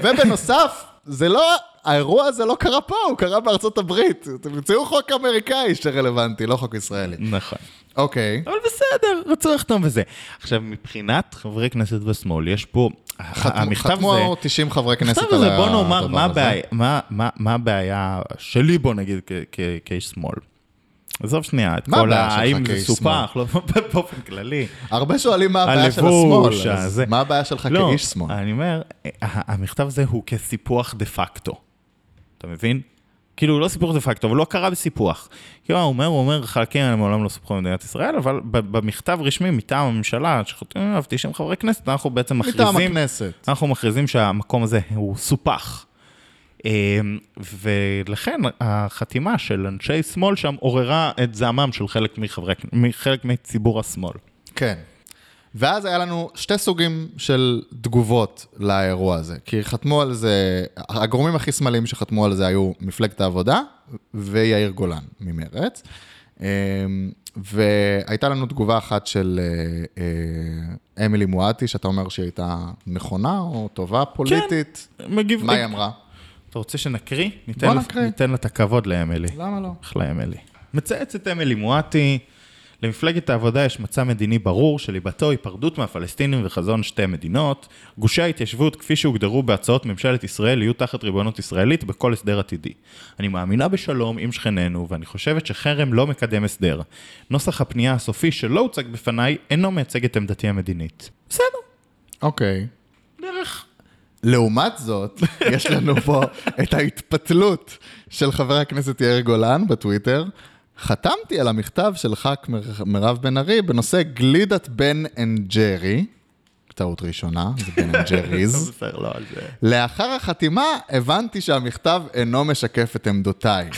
Speaker 2: משנה.
Speaker 1: ובנוסף, זה לא, האירוע הזה לא קרה פה, הוא קרה בארצות הברית. תמצאו חוק אמריקאי שרלוונטי, לא חוק ישראלי.
Speaker 2: נכון.
Speaker 1: אוקיי.
Speaker 2: אבל בסדר, לא רצו לחתום וזה. עכשיו, מבחינת חברי כנסת בשמאל, יש פה...
Speaker 1: חתמו-
Speaker 2: אה, המכתב הזה...
Speaker 1: חתמו 90 חברי כנסת
Speaker 2: המכתב
Speaker 1: על
Speaker 2: הזה, בוא נאמר,
Speaker 1: הדבר
Speaker 2: מה
Speaker 1: הזה.
Speaker 2: הבעיה- מה- מה- מה הבעיה שלי, בוא נגיד, כ- כ- כאיש שמאל? עזוב שנייה, את
Speaker 1: מה
Speaker 2: כל
Speaker 1: הבעיה
Speaker 2: ה...
Speaker 1: שלך
Speaker 2: האם זה
Speaker 1: כאיש
Speaker 2: סופח, לא, <laughs> באופן כללי.
Speaker 1: הרבה שואלים מה הבעיה של השמאל,
Speaker 2: הלבוש,
Speaker 1: אז
Speaker 2: הזה.
Speaker 1: מה הבעיה שלך
Speaker 2: לא,
Speaker 1: כאיש שמאל?
Speaker 2: אני אומר, ה- המכתב הזה הוא כסיפוח דה פקטו. אתה מבין? כאילו, הוא לא סיפוח דה פקטו, אבל לא קרה בסיפוח. כאילו, הוא אומר, הוא אומר, חלקים האלה מעולם לא סופחו במדינת ישראל, אבל ב- במכתב רשמי מטעם הממשלה, שחותמים עליו 90 חברי כנסת, אנחנו בעצם
Speaker 1: מטעם
Speaker 2: מכריזים,
Speaker 1: הכנסת.
Speaker 2: אנחנו מכריזים שהמקום הזה הוא סופח. אמ, ולכן החתימה של אנשי שמאל שם עוררה את זעמם של חלק מחברי, הכ- מחלק מציבור השמאל.
Speaker 1: כן. ואז היה לנו שתי סוגים של תגובות לאירוע הזה, כי חתמו על זה, הגורמים הכי שמאליים שחתמו על זה היו מפלגת העבודה ויאיר גולן ממרצ. אמ, והייתה לנו תגובה אחת של אה, אה, אמילי מואטי, שאתה אומר שהיא הייתה נכונה או טובה
Speaker 2: כן.
Speaker 1: פוליטית.
Speaker 2: מגיב...
Speaker 1: מה היא אמרה?
Speaker 2: אתה רוצה שנקריא? ניתן
Speaker 1: בוא
Speaker 2: לה-
Speaker 1: נקריא.
Speaker 2: ניתן לה את הכבוד לאמילי.
Speaker 1: למה לא?
Speaker 2: אחלה אמילי. מצייצת אמילי מואטי, למפלגת העבודה יש מצע מדיני ברור שליבתו היפרדות מהפלסטינים וחזון שתי מדינות. גושי ההתיישבות כפי שהוגדרו בהצעות ממשלת ישראל יהיו תחת ריבונות ישראלית בכל הסדר עתידי. אני מאמינה בשלום עם שכנינו ואני חושבת שחרם לא מקדם הסדר. נוסח הפנייה הסופי שלא הוצג בפניי אינו מייצג את עמדתי המדינית. בסדר,
Speaker 1: אוקיי.
Speaker 2: דרך.
Speaker 1: לעומת זאת, יש לנו פה את ההתפתלות של חבר הכנסת יאיר גולן בטוויטר. חתמתי על המכתב של ח"כ מר- מירב בן ארי בנושא גלידת בן אנד ג'רי, טעות ראשונה, זה בן אנד
Speaker 2: <laughs>
Speaker 1: ג'ריז.
Speaker 2: בסדר, לא, זה...
Speaker 1: לאחר החתימה הבנתי שהמכתב אינו משקף את עמדותיי.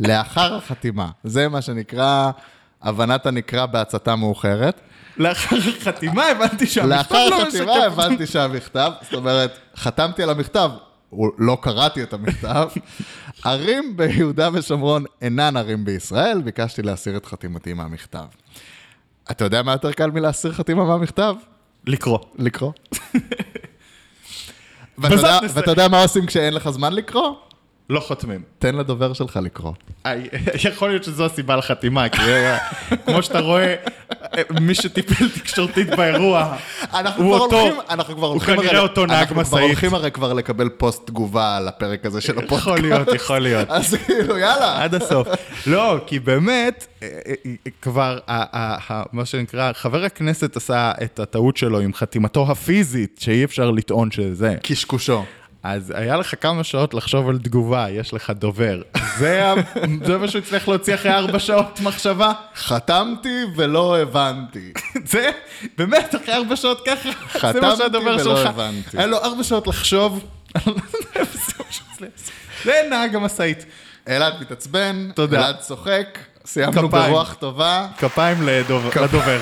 Speaker 1: לאחר החתימה, זה מה שנקרא הבנת הנקרא בעצתה מאוחרת.
Speaker 2: לאחר החתימה הבנתי שהמשפט
Speaker 1: לאחר
Speaker 2: לא משקף.
Speaker 1: חתימה הבנתי שהמכתב, זאת אומרת, חתמתי על המכתב, הוא- לא קראתי את <laughs> המכתב. ערים ביהודה ושומרון אינן ערים בישראל, ביקשתי להסיר את חתימתי מהמכתב. אתה יודע מה יותר קל מלהסיר חתימה מהמכתב?
Speaker 2: לקרוא.
Speaker 1: <laughs> לקרוא. ואתה יודע-
Speaker 2: בסוף נסיים.
Speaker 1: ואתה יודע מה עושים כשאין לך זמן לקרוא?
Speaker 2: לא חותמים.
Speaker 1: תן לדובר שלך לקרוא.
Speaker 2: איי, יכול להיות שזו הסיבה לחתימה, כי אה, כמו שאתה רואה, אה, מי שטיפל תקשורתית
Speaker 1: לא
Speaker 2: באירוע,
Speaker 1: אנחנו
Speaker 2: הוא
Speaker 1: כבר
Speaker 2: אותו.
Speaker 1: הולכים, אנחנו כבר
Speaker 2: הוא
Speaker 1: הולכים,
Speaker 2: כנראה
Speaker 1: הרי-
Speaker 2: אותו נהג
Speaker 1: אנחנו כבר
Speaker 2: משאית.
Speaker 1: הולכים הרי כבר לקבל פוסט תגובה על הפרק הזה של הפודקאסט.
Speaker 2: יכול להיות, יכול להיות.
Speaker 1: <laughs> אז כאילו, יאללה.
Speaker 2: עד הסוף. לא, כי באמת, אה, אה, אה, כבר, ה- ה- ה- מה שנקרא, חבר הכנסת עשה את הטעות שלו עם חתימתו הפיזית, שאי אפשר לטעון שזה.
Speaker 1: קשקושו.
Speaker 2: אז היה לך כמה שעות לחשוב על תגובה, יש לך דובר. זה ה- <laughs> זה מה שהוא הצליח להוציא אחרי ארבע שעות מחשבה.
Speaker 1: חתמתי ולא הבנתי.
Speaker 2: זה, באמת, אחרי ארבע שעות ככה, זה מה
Speaker 1: חתמתי
Speaker 2: שהדובר
Speaker 1: ולא
Speaker 2: שלך.
Speaker 1: הבנתי.
Speaker 2: היה לו ארבע שעות לחשוב. זה נהג המשאית.
Speaker 1: אלעד מתעצבן,
Speaker 2: אה, תודה.
Speaker 1: אלעד צוחק, סיימנו
Speaker 2: כפיים.
Speaker 1: ברוח טובה,
Speaker 2: כפיים לדוב- לדובר.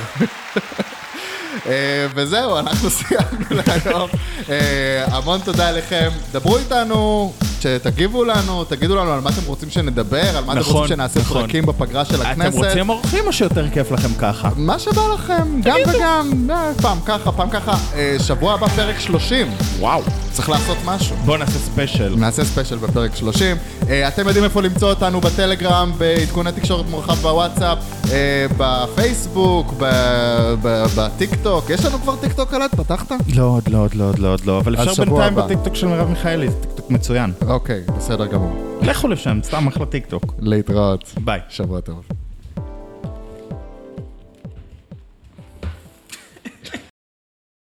Speaker 1: אה, וזהו, אנחנו <laughs> סיימנו להיום. אה, המון תודה לכם. דברו איתנו, שתגיבו לנו, תגידו לנו על מה אתם רוצים שנדבר, על מה אתם
Speaker 2: נכון,
Speaker 1: רוצים שנעשה
Speaker 2: נכון.
Speaker 1: פרקים בפגרה של
Speaker 2: אתם
Speaker 1: הכנסת.
Speaker 2: רוצים אורחים או שיותר כיף לכם ככה?
Speaker 1: מה שבא לכם, גם וגם, אה, פעם ככה, פעם ככה. אה, שבוע הבא פרק 30,
Speaker 2: וואו.
Speaker 1: צריך לעשות משהו.
Speaker 2: בואו נעשה ספיישל.
Speaker 1: נעשה ספיישל בפרק 30. אה, אתם יודעים איפה למצוא אותנו בטלגרם, בעדכוני תקשורת מורחב בוואטסאפ, אה, בפייסבוק, ב- ב- בטיקטוק. יש לנו כבר טיקטוק אלעד? פתחת?
Speaker 2: לא, עוד לא, עוד לא, עוד לא, עוד לא, אבל
Speaker 1: אז
Speaker 2: אפשר
Speaker 1: שבוע
Speaker 2: בינתיים
Speaker 1: הבא.
Speaker 2: בטיקטוק של מרב מיכאלי, זה טיקטוק מצוין.
Speaker 1: אוקיי, בסדר גמור.
Speaker 2: לכו לשם, סתם אחלה טיק טוק.
Speaker 1: להתראות.
Speaker 2: ביי.
Speaker 1: שבוע טוב.